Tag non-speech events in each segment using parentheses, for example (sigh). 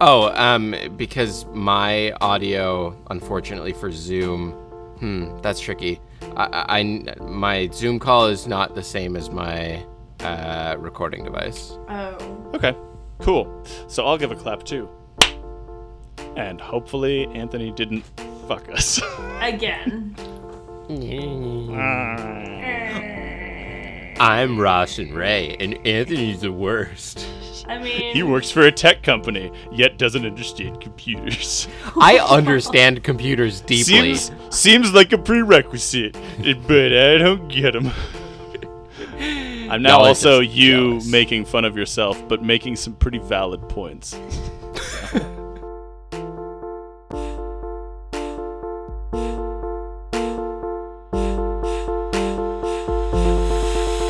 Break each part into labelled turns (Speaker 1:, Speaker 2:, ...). Speaker 1: Oh, um, because my audio, unfortunately for Zoom, hmm, that's tricky. I, I- I- my Zoom call is not the same as my uh, recording device.
Speaker 2: Oh.
Speaker 3: Okay, cool. So I'll give a clap too. And hopefully Anthony didn't fuck us. (laughs)
Speaker 2: Again.
Speaker 1: I'm Ross and Ray, and Anthony's the
Speaker 2: (laughs)
Speaker 1: worst.
Speaker 2: I mean,
Speaker 3: he works for a tech company, yet doesn't understand computers.
Speaker 1: I understand computers deeply.
Speaker 3: Seems seems like a prerequisite, but I don't get him. I'm now
Speaker 1: Y'all are
Speaker 3: also
Speaker 1: just
Speaker 3: you
Speaker 1: jealous.
Speaker 3: making fun of yourself, but making some pretty valid points.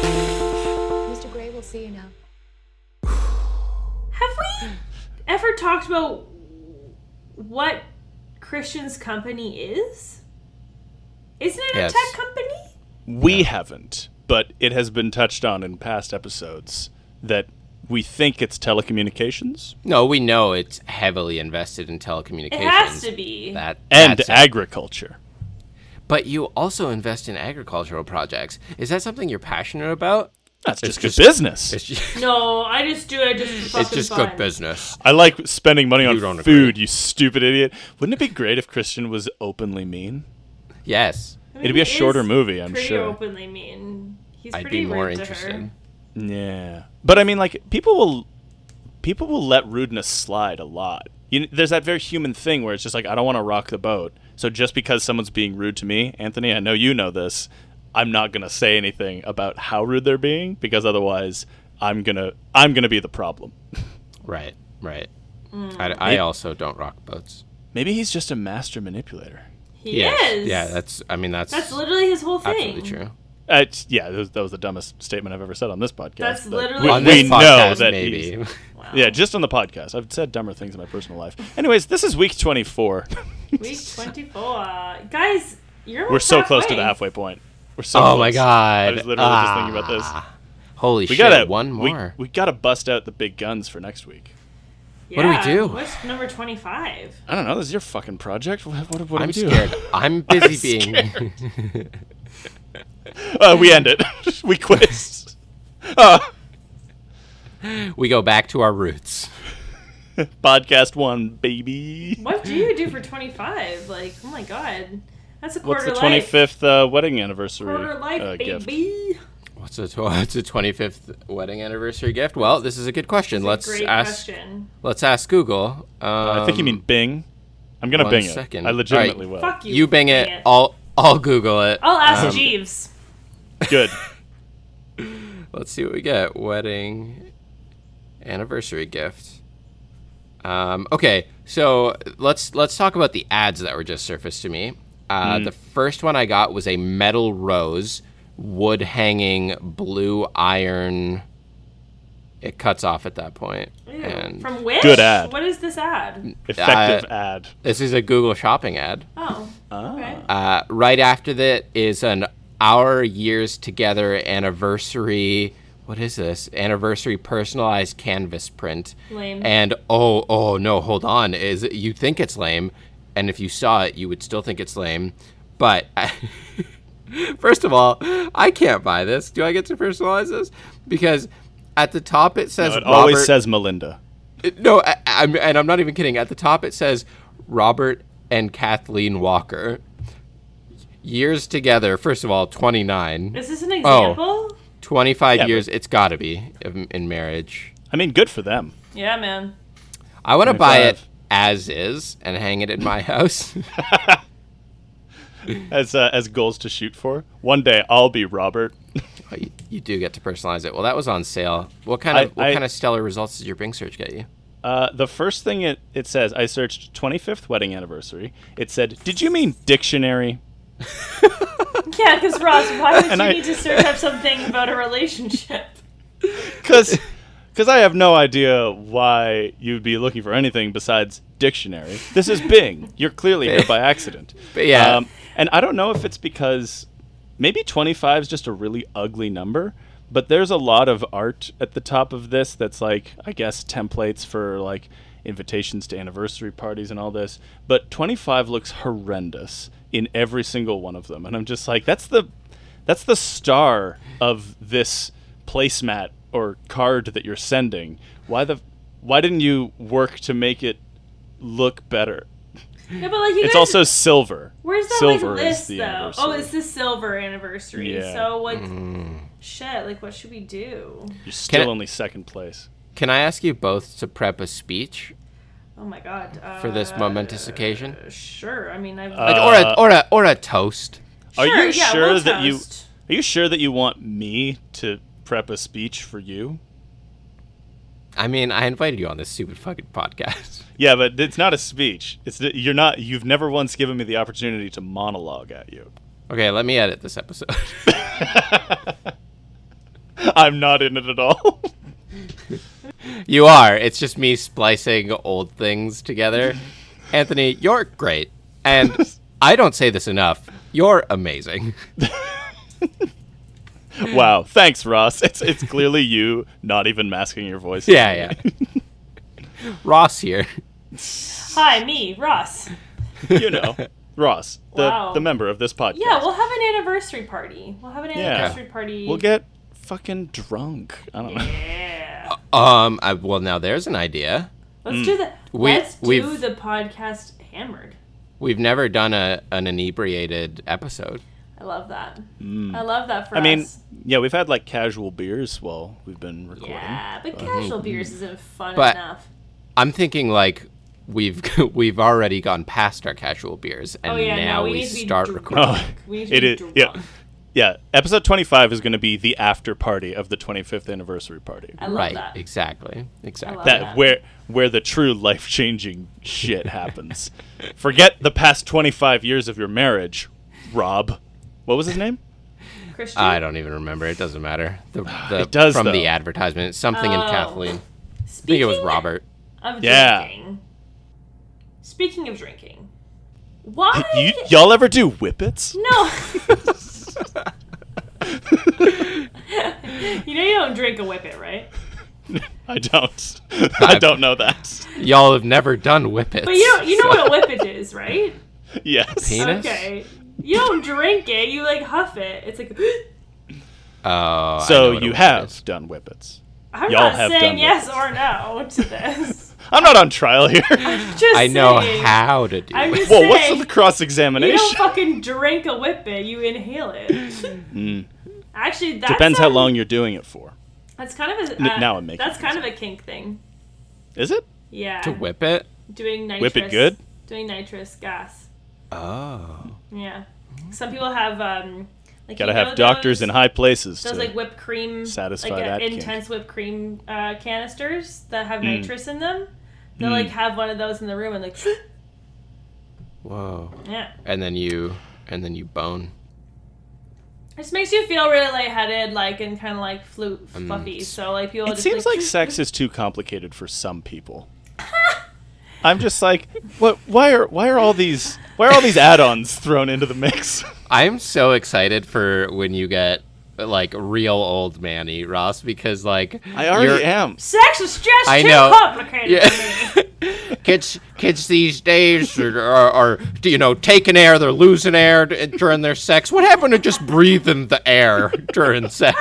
Speaker 4: Mr. Gray will see you now.
Speaker 2: have we ever talked about what Christian's company is? Isn't it
Speaker 1: Yes.
Speaker 2: a tech company?
Speaker 3: We haven't, but it has been touched on in past episodes that we think it's telecommunications
Speaker 1: no, we know it's heavily invested in telecommunications.
Speaker 2: It has to be.
Speaker 1: That
Speaker 3: and
Speaker 1: that's it.
Speaker 3: agriculture.
Speaker 1: but you also invest in agricultural projects. Is that something you're passionate about?
Speaker 3: That's just good
Speaker 1: just-
Speaker 3: business.
Speaker 1: It's just,
Speaker 2: No, I just do it just for fucking
Speaker 1: it's just
Speaker 2: fun.
Speaker 1: good business.
Speaker 3: I like spending money on
Speaker 1: You don't
Speaker 3: food,
Speaker 1: agree.
Speaker 3: you stupid idiot. Wouldn't it be great if Christian was openly mean?
Speaker 1: Yes.
Speaker 2: I mean,
Speaker 3: It'd be a
Speaker 2: he
Speaker 3: shorter
Speaker 2: is
Speaker 3: movie, I'm
Speaker 2: pretty
Speaker 3: sure.
Speaker 2: openly mean. He's
Speaker 1: I'd
Speaker 2: pretty
Speaker 1: be more
Speaker 2: rude to her.
Speaker 1: interested.
Speaker 3: Yeah, but I mean, like people will, people will let rudeness slide a lot. You, there's that very human thing where it's just like I don't want to rock the boat. So just because someone's being rude to me, Anthony, I know you know this. I'm not gonna say anything about how rude they're being because otherwise, I'm gonna I'm gonna be the problem.
Speaker 1: Right, right.
Speaker 2: Mm.
Speaker 1: I, I also don't rock boats.
Speaker 3: Maybe he's just a master manipulator.
Speaker 2: He
Speaker 1: Yes.
Speaker 2: is.
Speaker 1: Yeah, that's, I mean, that's,
Speaker 2: That's literally his whole thing.
Speaker 1: absolutely true.
Speaker 3: Uh, it's- yeah, that was, that was the dumbest statement I've ever said on this podcast.
Speaker 2: That's
Speaker 3: but
Speaker 2: literally-
Speaker 3: we,
Speaker 2: On
Speaker 3: we
Speaker 1: this
Speaker 3: know
Speaker 1: podcast,
Speaker 3: that
Speaker 1: maybe.
Speaker 3: he's- yeah, just on the podcast. I've said dumber things in my personal life. Anyways, this is week 24.
Speaker 2: Week 24. Guys, you're
Speaker 3: (laughs) We're
Speaker 2: almost
Speaker 3: so close to the
Speaker 2: halfway.
Speaker 3: halfway point. We're so.
Speaker 1: (laughs) oh my
Speaker 3: close.
Speaker 1: god.
Speaker 3: I was literally just thinking about this.
Speaker 1: Ah. Holy
Speaker 3: We
Speaker 1: shit,
Speaker 3: gotta
Speaker 1: one
Speaker 3: we-
Speaker 1: more.
Speaker 3: We, gotta bust out the big guns for next week.
Speaker 1: What do we
Speaker 2: Yeah,
Speaker 1: do?
Speaker 2: What's number 25?
Speaker 3: I don't know. This is your fucking project. What, what, what do
Speaker 1: I'm
Speaker 3: we do?
Speaker 1: scared. (laughs) I'm busy being.
Speaker 3: (laughs) Uh, we end it. (laughs) we quit. (laughs) Uh,
Speaker 1: (laughs) we go back to our roots.
Speaker 3: podcast one, baby.
Speaker 2: What do you do for 25? Like, oh my god. That's a
Speaker 3: What's
Speaker 2: quarter
Speaker 3: the
Speaker 2: life.
Speaker 3: twenty fifth uh, wedding anniversary?
Speaker 2: Quarter life,
Speaker 3: uh, gift?
Speaker 2: baby.
Speaker 1: What's a, tw- what's a 25th wedding anniversary gift? Well, this is a good question. Let's
Speaker 2: Great
Speaker 1: ask.
Speaker 2: question.
Speaker 1: Let's ask Google. Um,
Speaker 3: I think you mean Bing. I'm gonna
Speaker 1: one
Speaker 3: Bing
Speaker 1: second.
Speaker 3: it. I
Speaker 1: All right.
Speaker 3: legitimately will.
Speaker 2: Fuck you. Oh,
Speaker 1: You bang it.
Speaker 2: idiot.
Speaker 1: I'll I'll Google it.
Speaker 2: I'll ask
Speaker 1: Um,
Speaker 2: Jeeves.
Speaker 1: (laughs)
Speaker 3: Good.
Speaker 1: Let's see what we get. Wedding anniversary gift. Um, okay, so let's let's talk about the ads that were just surfaced to me. Uh,
Speaker 2: Hmm.
Speaker 1: The first one I got was a metal rose, wood hanging, blue iron. It cuts off at that point,
Speaker 2: Ew.
Speaker 1: and
Speaker 2: From Wish?
Speaker 3: Good ad.
Speaker 2: What is this ad?
Speaker 3: Effective ad.
Speaker 1: this is a Google Shopping ad.
Speaker 2: Oh. Okay.
Speaker 1: Uh, right after that is an our years together anniversary. What is this? Anniversary personalized canvas print.
Speaker 2: Lame.
Speaker 1: And oh, oh no, hold on. Is it- you think it's lame, and if you saw it, you would still think it's lame. But (laughs) first of all, I can't buy this. Do I get to personalize this? Because at the top it says
Speaker 3: It always
Speaker 1: Robert- Uh,
Speaker 3: says Melinda.
Speaker 1: no, I, I'm, and I'm not even kidding. At the top, it says Robert and Kathleen Walker. Years together, first of all, 29.
Speaker 2: Is this
Speaker 3: oh.
Speaker 2: an example?
Speaker 1: 25
Speaker 3: Yeah, but-
Speaker 1: years, it's got to be in, in marriage.
Speaker 3: I mean, good for them.
Speaker 2: Yeah, man.
Speaker 1: I want to buy it
Speaker 3: 25.
Speaker 1: as is and hang it in my (laughs) house.
Speaker 3: as uh, as goals to shoot for. One day I'll be Robert. (laughs)
Speaker 1: Oh, you, you do get to personalize it. Well, that was on sale. What kind
Speaker 3: I-
Speaker 1: of what
Speaker 3: I-
Speaker 1: kind of stellar results did your Bing search get you?
Speaker 3: Uh, the first thing it, it says, I searched 25th wedding anniversary. It said, "Did you mean dictionary?"
Speaker 2: Yeah, because Ross,
Speaker 3: (laughs)
Speaker 2: why would
Speaker 3: And
Speaker 2: you
Speaker 3: I-
Speaker 2: need to search up something about a relationship?
Speaker 3: (laughs) Because because I have no idea why you'd be looking for anything besides dictionary. This is Bing. You're clearly here by accident.
Speaker 1: (laughs)
Speaker 3: Um,
Speaker 1: But yeah.
Speaker 3: and I don't know if it's because maybe 25 is just a really ugly number. But there's a lot of art at the top of this that's like, I guess, templates for like invitations to anniversary parties and all this. But 25 looks horrendous in every single one of them, and I'm just like, that's the that's the star of this placemat or card that you're sending. Why the why didn't you work to make it look better?
Speaker 2: No, but like you
Speaker 3: It's
Speaker 2: guys,
Speaker 3: also silver.
Speaker 2: where's that
Speaker 3: silver
Speaker 2: like list
Speaker 3: is the
Speaker 2: though? Oh,
Speaker 3: anniversary.
Speaker 2: it's the silver anniversary.
Speaker 3: Yeah. Mm.
Speaker 2: So like, shit. Like, what should we do?
Speaker 3: You're still
Speaker 1: I-
Speaker 3: only second place.
Speaker 1: Can I ask you both to prep a speech
Speaker 2: Oh my god. Uh,
Speaker 1: for this momentous occasion?
Speaker 2: Sure. I mean, I've.
Speaker 1: Like,
Speaker 3: Uh,
Speaker 1: or a or a or a toast.
Speaker 3: Are
Speaker 2: Sure,
Speaker 3: you
Speaker 2: yeah,
Speaker 3: sure
Speaker 2: we'll
Speaker 3: that you
Speaker 2: toast.
Speaker 3: Are you sure that you want me to prep a speech for you?
Speaker 1: I mean, I invited you on this stupid fucking podcast. (laughs)
Speaker 3: Yeah, but it's not a speech. It's that you're not you've never once given me the opportunity to monologue at you. (laughs)
Speaker 1: Okay, let me edit this episode. (laughs)
Speaker 3: I'm not in it at all. (laughs)
Speaker 1: you are. It's just me splicing old things
Speaker 3: (laughs)
Speaker 1: together. Anthony, you're great. And I don't say this enough. You're amazing. (laughs)
Speaker 3: wow. Thanks, Ross. It's it's clearly you not even masking your voice.
Speaker 1: Yeah,
Speaker 3: (laughs)
Speaker 1: yeah. Ross here.
Speaker 2: Hi, me, Ross.
Speaker 3: (laughs) you know. Ross, the
Speaker 2: Wow.
Speaker 3: the member of this podcast.
Speaker 2: Yeah, we'll have an anniversary party. We'll have an
Speaker 3: Yeah.
Speaker 2: anniversary party.
Speaker 3: we'll get fucking drunk. I don't know. (laughs) Uh,
Speaker 2: Yeah.
Speaker 1: Um, I, well now there's an idea.
Speaker 2: Let's
Speaker 3: mm.
Speaker 2: do the.
Speaker 1: We-
Speaker 2: let's do
Speaker 1: we've-
Speaker 2: the podcast hammered.
Speaker 1: We've never done a an inebriated episode.
Speaker 2: I love that.
Speaker 1: Mm.
Speaker 2: I love that for
Speaker 3: I mean,
Speaker 2: us.
Speaker 3: yeah, we've had like casual beers while we've been recording.
Speaker 2: Yeah, but casual beers isn't fun
Speaker 1: mm-hmm. But-
Speaker 2: enough.
Speaker 1: I'm thinking like we've (laughs) we've already gone past our casual beers and
Speaker 2: Oh yeah,
Speaker 1: now
Speaker 2: no, we,
Speaker 1: we,
Speaker 2: need to be
Speaker 1: start
Speaker 2: drunk. (laughs)
Speaker 1: recording.
Speaker 2: We need to
Speaker 3: (laughs) It
Speaker 2: be
Speaker 3: is.
Speaker 2: drunk.
Speaker 3: Yeah. Yeah. Episode 25 is going to be the after party of the 25th anniversary party.
Speaker 2: I love
Speaker 1: Right,
Speaker 2: that.
Speaker 1: exactly. Exactly.
Speaker 2: love
Speaker 3: that
Speaker 2: that.
Speaker 3: where where the true life-changing shit happens. (laughs) Forget the past 25 years of your marriage, Rob. What was his name?
Speaker 2: Christian,
Speaker 1: I don't even remember. It doesn't matter.
Speaker 3: (sighs)
Speaker 1: The, the,
Speaker 3: It does,
Speaker 1: from
Speaker 3: though.
Speaker 1: the advertisement. It's something in
Speaker 2: Oh.
Speaker 1: Kathleen. I think
Speaker 2: Speaking
Speaker 1: it was Robert.
Speaker 2: Of
Speaker 3: Yeah.
Speaker 2: drinking. Speaking of drinking, why?
Speaker 3: (laughs) You, y'all ever do whippets?
Speaker 2: no. (laughs) Hmm.
Speaker 3: (laughs)
Speaker 2: (laughs) you know you don't drink a whippet, right?
Speaker 3: (laughs) I don't. (laughs) I don't
Speaker 1: (laughs)
Speaker 3: know that.
Speaker 1: Y'all have never done whippets.
Speaker 2: But you don't, you know what a whippet is, right?
Speaker 3: (laughs) Yes.
Speaker 1: Peanut? Penis?
Speaker 2: Okay. You don't drink it. You like huff it. It's like (gasps)
Speaker 1: Oh, I know
Speaker 3: So
Speaker 1: what
Speaker 3: you
Speaker 1: it
Speaker 3: have
Speaker 1: was.
Speaker 3: done whippets.
Speaker 2: I'm
Speaker 3: Y'all
Speaker 2: not
Speaker 3: have done
Speaker 2: saying yes
Speaker 3: whippets.
Speaker 2: or no to
Speaker 3: (laughs)
Speaker 2: this.
Speaker 3: I'm not on trial
Speaker 2: (laughs)
Speaker 3: here. (laughs)
Speaker 2: Just
Speaker 1: I know
Speaker 2: saying.
Speaker 1: how to do
Speaker 2: I'm
Speaker 1: it.
Speaker 2: just
Speaker 3: Whoa, what's
Speaker 2: saying.
Speaker 3: with the cross
Speaker 2: You don't
Speaker 3: examination?
Speaker 2: fucking drink a whippet, you inhale it.
Speaker 3: (laughs)
Speaker 2: Actually, that
Speaker 3: Hmm. Depends how long you're doing it for.
Speaker 2: That's kind of a.
Speaker 3: N-
Speaker 2: Uh,
Speaker 3: now I'm making
Speaker 2: That's kind of a kink thing.
Speaker 3: Is it?
Speaker 2: Yeah.
Speaker 1: (laughs) To whip it.
Speaker 2: doing nitrous.
Speaker 3: Whip it good?
Speaker 2: Doing nitrous gas.
Speaker 1: Oh.
Speaker 2: Yeah. Some people have um. Like,
Speaker 3: Gotta
Speaker 2: you know
Speaker 3: have doctors
Speaker 2: those,
Speaker 3: in high places.
Speaker 2: Those
Speaker 3: to-
Speaker 2: like whipped cream,
Speaker 3: satisfy
Speaker 2: like uh,
Speaker 3: that Hmm. kink.
Speaker 2: intense whipped cream uh, canisters that have nitrous in them. They
Speaker 3: Hmm.
Speaker 2: will like have one of those in the room and like, (laughs)
Speaker 1: Whoa.
Speaker 2: yeah.
Speaker 1: And then you and then you bone.
Speaker 2: It just makes you feel really lightheaded, like and kind of like flu- fluffy. So like people.
Speaker 3: Mm. It
Speaker 2: just
Speaker 3: seems like sex is too complicated for some people. I'm just like, what? Why are why are all these why are all these add-ons thrown into the mix?
Speaker 1: I'm so excited for when you get like real old manny Ross because like
Speaker 3: I already
Speaker 1: you're-
Speaker 2: (laughs)
Speaker 3: am.
Speaker 2: Sex is just
Speaker 1: I
Speaker 2: too
Speaker 1: know.
Speaker 2: complicated. (laughs)
Speaker 1: Yeah.
Speaker 2: for me.
Speaker 1: (laughs) kids kids these days are, are, are you know taking air they're losing air d- during their sex what happened to just breathing the air during sex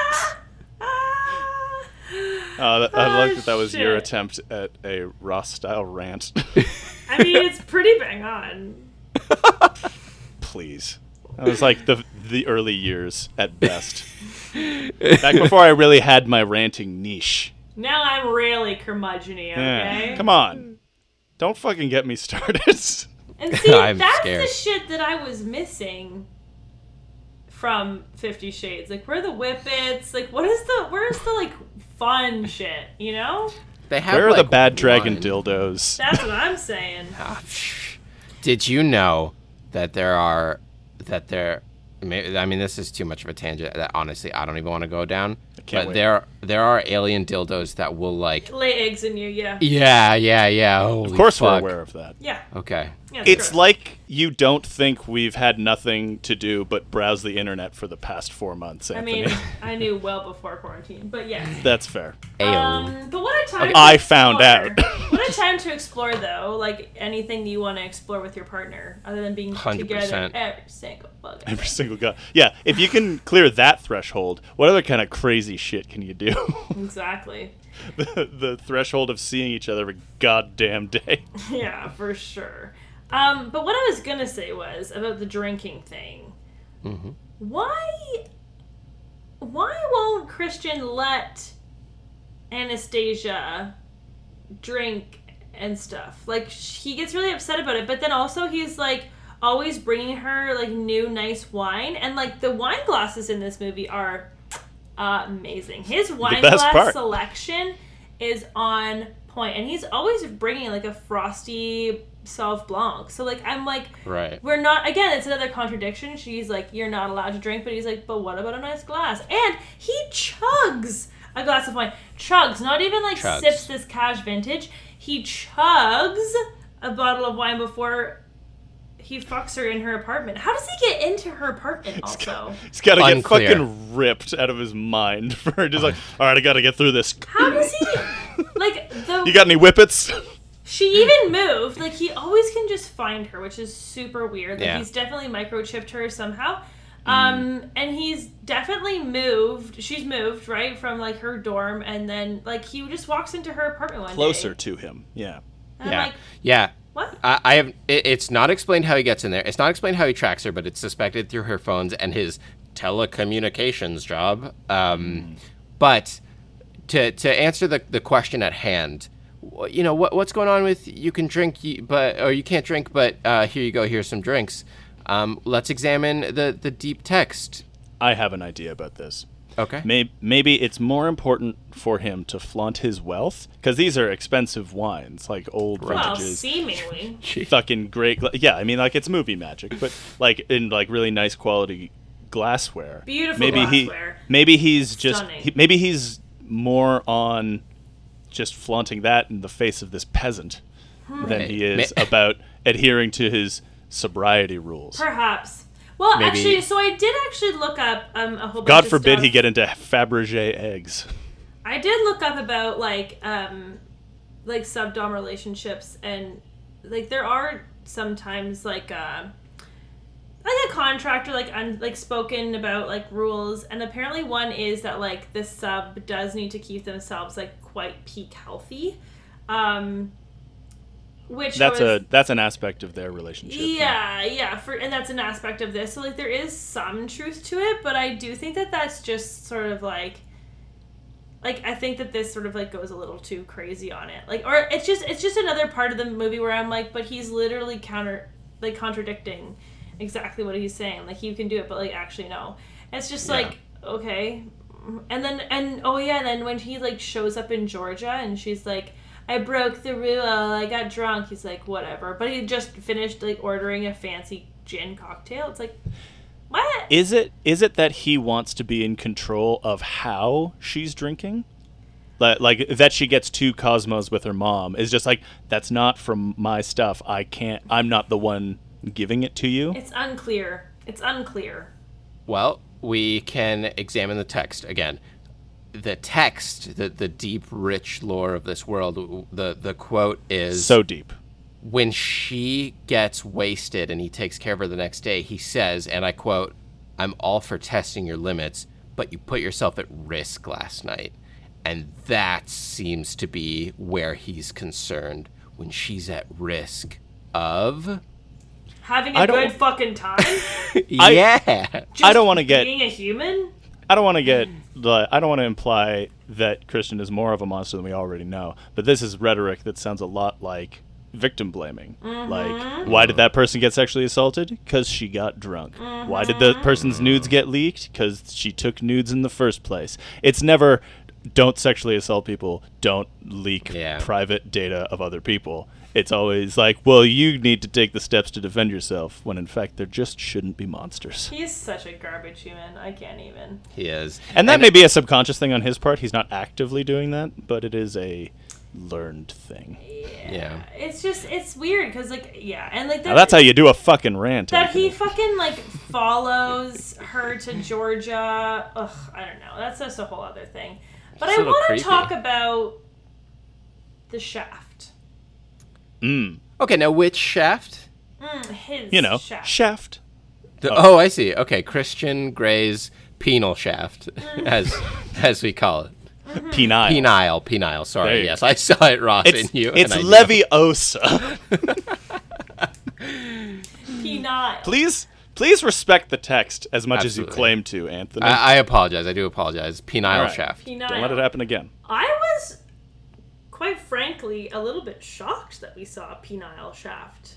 Speaker 3: Uh, th- I like that that was your
Speaker 2: Oh, shit.
Speaker 3: attempt at a Ross-style rant. (laughs)
Speaker 2: I mean, it's pretty bang on.
Speaker 3: Please, I was like the the early years at best. Back before I really had my ranting niche.
Speaker 2: Now I'm really curmudgeon
Speaker 3: Yeah.
Speaker 2: okay?
Speaker 3: Come on, don't fucking get me started. (laughs)
Speaker 1: (laughs)
Speaker 2: And see,
Speaker 1: I'm
Speaker 2: that's the
Speaker 1: scared.
Speaker 2: shit that I was missing from Fifty Shades. Like, where are the whippets? Like, what is the, where's the, like, fun shit, you know?
Speaker 1: they have
Speaker 3: Where are the
Speaker 1: like,
Speaker 3: bad dragon
Speaker 1: one-
Speaker 3: dildos?
Speaker 2: That's what
Speaker 1: (laughs)
Speaker 2: I'm saying.
Speaker 1: Ah, psh. did you know that there are that there may- I mean, this is too much of a tangent. That honestly, I don't even want to go down.
Speaker 3: can't
Speaker 1: but
Speaker 3: wait.
Speaker 1: there, there are alien dildos that will like.
Speaker 2: Lay eggs in you, yeah.
Speaker 1: E Yeah, yeah, yeah. Holy
Speaker 3: Of course, we're
Speaker 1: fuck.
Speaker 3: aware of that.
Speaker 2: Yeah.
Speaker 1: Okay,
Speaker 2: Yeah,
Speaker 3: It's
Speaker 2: gross.
Speaker 3: like you don't think we've had nothing to do but browse the internet for the past four months,
Speaker 2: I
Speaker 3: Anthony.
Speaker 2: mean, I knew well before quarantine, but yes.
Speaker 3: That's fair.
Speaker 1: Ayo.
Speaker 2: Um, but what a time!
Speaker 3: I
Speaker 2: to
Speaker 3: found
Speaker 2: explore.
Speaker 3: out. (laughs)
Speaker 2: what a time to explore, though. Like anything you want to explore with your partner, other than being
Speaker 1: 100%.
Speaker 2: together every single fucking.
Speaker 3: Every
Speaker 2: day.
Speaker 3: single guy. Yeah, if you can clear that threshold, what other kind of crazy shit can you do? (laughs)
Speaker 2: Exactly.
Speaker 3: the, the threshold of seeing each other every goddamn day. (laughs)
Speaker 2: (laughs) Yeah, for sure. Um, but what I was gonna say was about the drinking thing.
Speaker 3: Mm-hmm.
Speaker 2: Why? Why won't Christian let Anastasia drink and stuff? Like sh- he gets really upset about it, but then also he's like always bringing her like new nice wine, and like the wine glasses in this movie are amazing. His wine
Speaker 3: best
Speaker 2: glass
Speaker 3: part.
Speaker 2: selection is on point, and he's always bringing like a frosty Sauv Blanc. So like I'm like
Speaker 1: Right.
Speaker 2: we're not again it's another contradiction she's like you're not allowed to drink but he's like but what about a nice glass and he chugs a glass of wine chugs not even like
Speaker 1: Chugs.
Speaker 2: sips this cash vintage he chugs a bottle of wine before he fucks her in her apartment how does he get into her apartment also
Speaker 3: He's got to get
Speaker 1: Unclear.
Speaker 3: fucking ripped out of his mind (laughs) for just like, all right, I got to get through this.
Speaker 2: how does
Speaker 3: (laughs)
Speaker 2: he like the
Speaker 3: You got any whippets? (laughs)
Speaker 2: She even moved. Like he always can just find her, which is super weird. Like
Speaker 1: Yeah.
Speaker 2: he's definitely microchipped her somehow. Um, and he's definitely moved. She's moved right from like her dorm, and then like he just walks into her apartment one
Speaker 3: Closer
Speaker 2: day.
Speaker 3: to him. Yeah.
Speaker 2: And
Speaker 1: yeah.
Speaker 2: I'm like,
Speaker 1: yeah.
Speaker 2: what?
Speaker 1: I, I have. It, it's not explained how he gets in there. It's not explained how he tracks her, but it's suspected through her phones and his telecommunications job.
Speaker 3: Hmm.
Speaker 1: Um, But to to answer the the question at hand, wh- you know what what's going on with you can drink, you- but or you can't drink, but uh, here you go. Here's some drinks. Um, let's examine the the deep text.
Speaker 3: I have an idea about this.
Speaker 1: Okay.
Speaker 3: Maybe, maybe it's more important for him to flaunt his wealth because these are expensive wines, like old
Speaker 2: Well,
Speaker 3: vintages.
Speaker 2: seemingly.
Speaker 3: fucking great. Gla- yeah, I mean, like it's movie magic, but like in like really nice quality glassware.
Speaker 2: Beautiful
Speaker 3: maybe
Speaker 2: glassware.
Speaker 3: He, maybe he's just.
Speaker 2: Stunning.
Speaker 3: he- maybe he's more on just flaunting that in the face of this peasant
Speaker 2: Hmm.
Speaker 3: than he
Speaker 1: May-
Speaker 3: is about adhering to his sobriety rules.
Speaker 2: Perhaps. Well,
Speaker 1: Maybe-
Speaker 2: actually, so I did actually look up um, a whole. Bunch
Speaker 3: God
Speaker 2: of
Speaker 3: forbid
Speaker 2: stuff.
Speaker 3: he get into Fabergé eggs.
Speaker 2: I did look up about like um like subdom relationships and like there are sometimes like uh like a contractor like un- like spoken about like rules and apparently one is that like the sub does need to keep themselves like quite peak healthy um which
Speaker 3: That's
Speaker 2: was,
Speaker 3: a that's an aspect of their relationship.
Speaker 2: yeah, yeah, for and that's an aspect of this. So like there is some truth to it, but I do think that that's just sort of like like I think that this sort of like goes a little too crazy on it. Like or it's just it's just another part of the movie where I'm like, but he's literally counter like contradicting exactly what he's saying. Like you can do it, but like actually no. It's just like okay. And then and oh yeah, and then when he like shows up in Georgia and she's like I broke the rule. I got drunk. He's like, whatever. But he just finished like ordering a fancy gin cocktail. It's like, what?
Speaker 3: Is it is it that he wants to be in control of how she's drinking? Like, like that she gets two cosmos with her mom is just like that's not from my stuff. I can't. I'm not the one giving it to you.
Speaker 2: it's unclear. It's unclear.
Speaker 1: Well, we can examine the text again. The text, the, the deep, rich lore of this world, the, the quote is
Speaker 3: so deep.
Speaker 1: When she gets wasted and he takes care of her the next day, he says, and I quote, I'm all for testing your limits, but you put yourself at risk last night. And that seems to be where he's concerned when she's at risk of.
Speaker 2: Having
Speaker 3: I
Speaker 2: a
Speaker 3: don't-
Speaker 2: good fucking
Speaker 3: (laughs)
Speaker 2: time.
Speaker 1: yeah!
Speaker 3: I don't want to get.
Speaker 2: Being a human.
Speaker 3: I don't want to get. The, I don't want to imply that Christian is more of a monster than we already know. But this is rhetoric that sounds a lot like victim blaming. Like, why did that person get sexually assaulted? Because she got drunk. Why did the person's nudes get leaked? Because she took nudes in the first place. It's never. Don't sexually assault people. Don't leak
Speaker 1: Yeah.
Speaker 3: private data of other people. It's always like, well, you need to take the steps to defend yourself, when in fact, there just shouldn't be monsters.
Speaker 2: He's such a garbage human. I can't even.
Speaker 1: He is.
Speaker 3: And that may be a subconscious thing on his part. He's not actively doing that, but it is a learned thing.
Speaker 1: Yeah.
Speaker 2: It's just it's weird because like yeah, and like
Speaker 3: Now that's how you do a fucking rant.
Speaker 2: that he
Speaker 3: Anthony.
Speaker 2: fucking like follows her to Georgia. Ugh, I don't know. That's just a whole other thing. But
Speaker 1: It's a
Speaker 2: I
Speaker 1: little
Speaker 2: want
Speaker 1: creepy.
Speaker 2: to talk about the shaft.
Speaker 3: Mm.
Speaker 1: Okay, now which shaft?
Speaker 2: Mm, his
Speaker 3: You know,
Speaker 2: shaft.
Speaker 3: shaft.
Speaker 1: The- oh. I see. Okay, Christian Gray's penal shaft, (laughs) as as we call it.
Speaker 2: Hmm.
Speaker 3: Penile.
Speaker 1: Penile, penile.
Speaker 3: There
Speaker 1: Sorry.
Speaker 3: you
Speaker 1: Yes, I saw it, Ross,
Speaker 3: It's,
Speaker 1: in you. and
Speaker 3: it's
Speaker 1: I knew.
Speaker 3: Leviosa. (laughs)
Speaker 2: Penile.
Speaker 3: please, please respect the text as much as
Speaker 1: Absolutely.
Speaker 3: you claim to, Anthony.
Speaker 1: I, I apologize. I do apologize. Penile
Speaker 3: All right.
Speaker 1: shaft.
Speaker 2: Penile.
Speaker 3: Don't let it happen again.
Speaker 2: I was, quite frankly, a little bit shocked that we saw a penile shaft.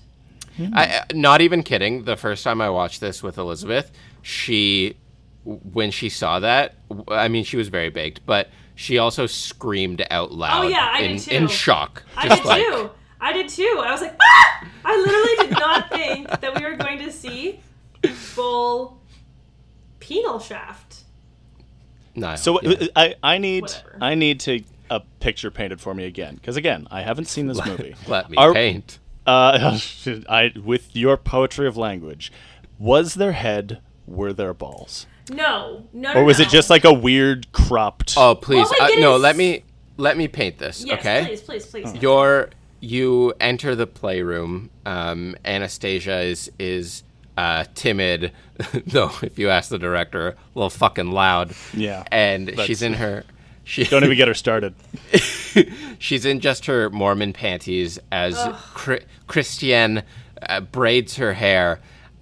Speaker 1: I, I- not even kidding. The first time I watched this with Elizabeth, she, when she saw that, w- I mean, she was very baked, but she also screamed out loud.
Speaker 2: Oh, yeah, I did
Speaker 1: in,
Speaker 2: too.
Speaker 1: in shock.
Speaker 2: I
Speaker 1: Just
Speaker 2: did
Speaker 1: like,
Speaker 2: too. I did too. I was like, ah! I literally did
Speaker 3: (laughs)
Speaker 2: not think that we were going to see full penal shaft.
Speaker 1: No,
Speaker 3: So uh,
Speaker 1: yeah.
Speaker 3: I, I need,
Speaker 2: Whatever.
Speaker 3: I need to a picture painted for me again, because again, I haven't seen this movie.
Speaker 1: (laughs) let me
Speaker 3: Are-
Speaker 1: paint.
Speaker 3: Uh, (laughs) I, with your poetry of language, was there head? Were there balls?
Speaker 2: No, no.
Speaker 3: Or
Speaker 2: no,
Speaker 3: was
Speaker 2: no.
Speaker 3: it just like a weird cropped?
Speaker 1: Oh please,
Speaker 2: my
Speaker 1: uh, no.
Speaker 2: goodness.
Speaker 1: Let me let me paint this.
Speaker 2: Yes,
Speaker 1: okay. Hmm.
Speaker 2: please, please, please.
Speaker 1: You're you enter the playroom. Um, Anastasia is is uh, timid, (laughs) though. If you ask the director, a little fucking loud.
Speaker 3: Yeah,
Speaker 1: and
Speaker 3: that's-
Speaker 1: she's in her. She,
Speaker 3: Don't even get her started.
Speaker 1: (laughs) she's in just her Mormon panties as Chri- Christiane uh, braids her hair.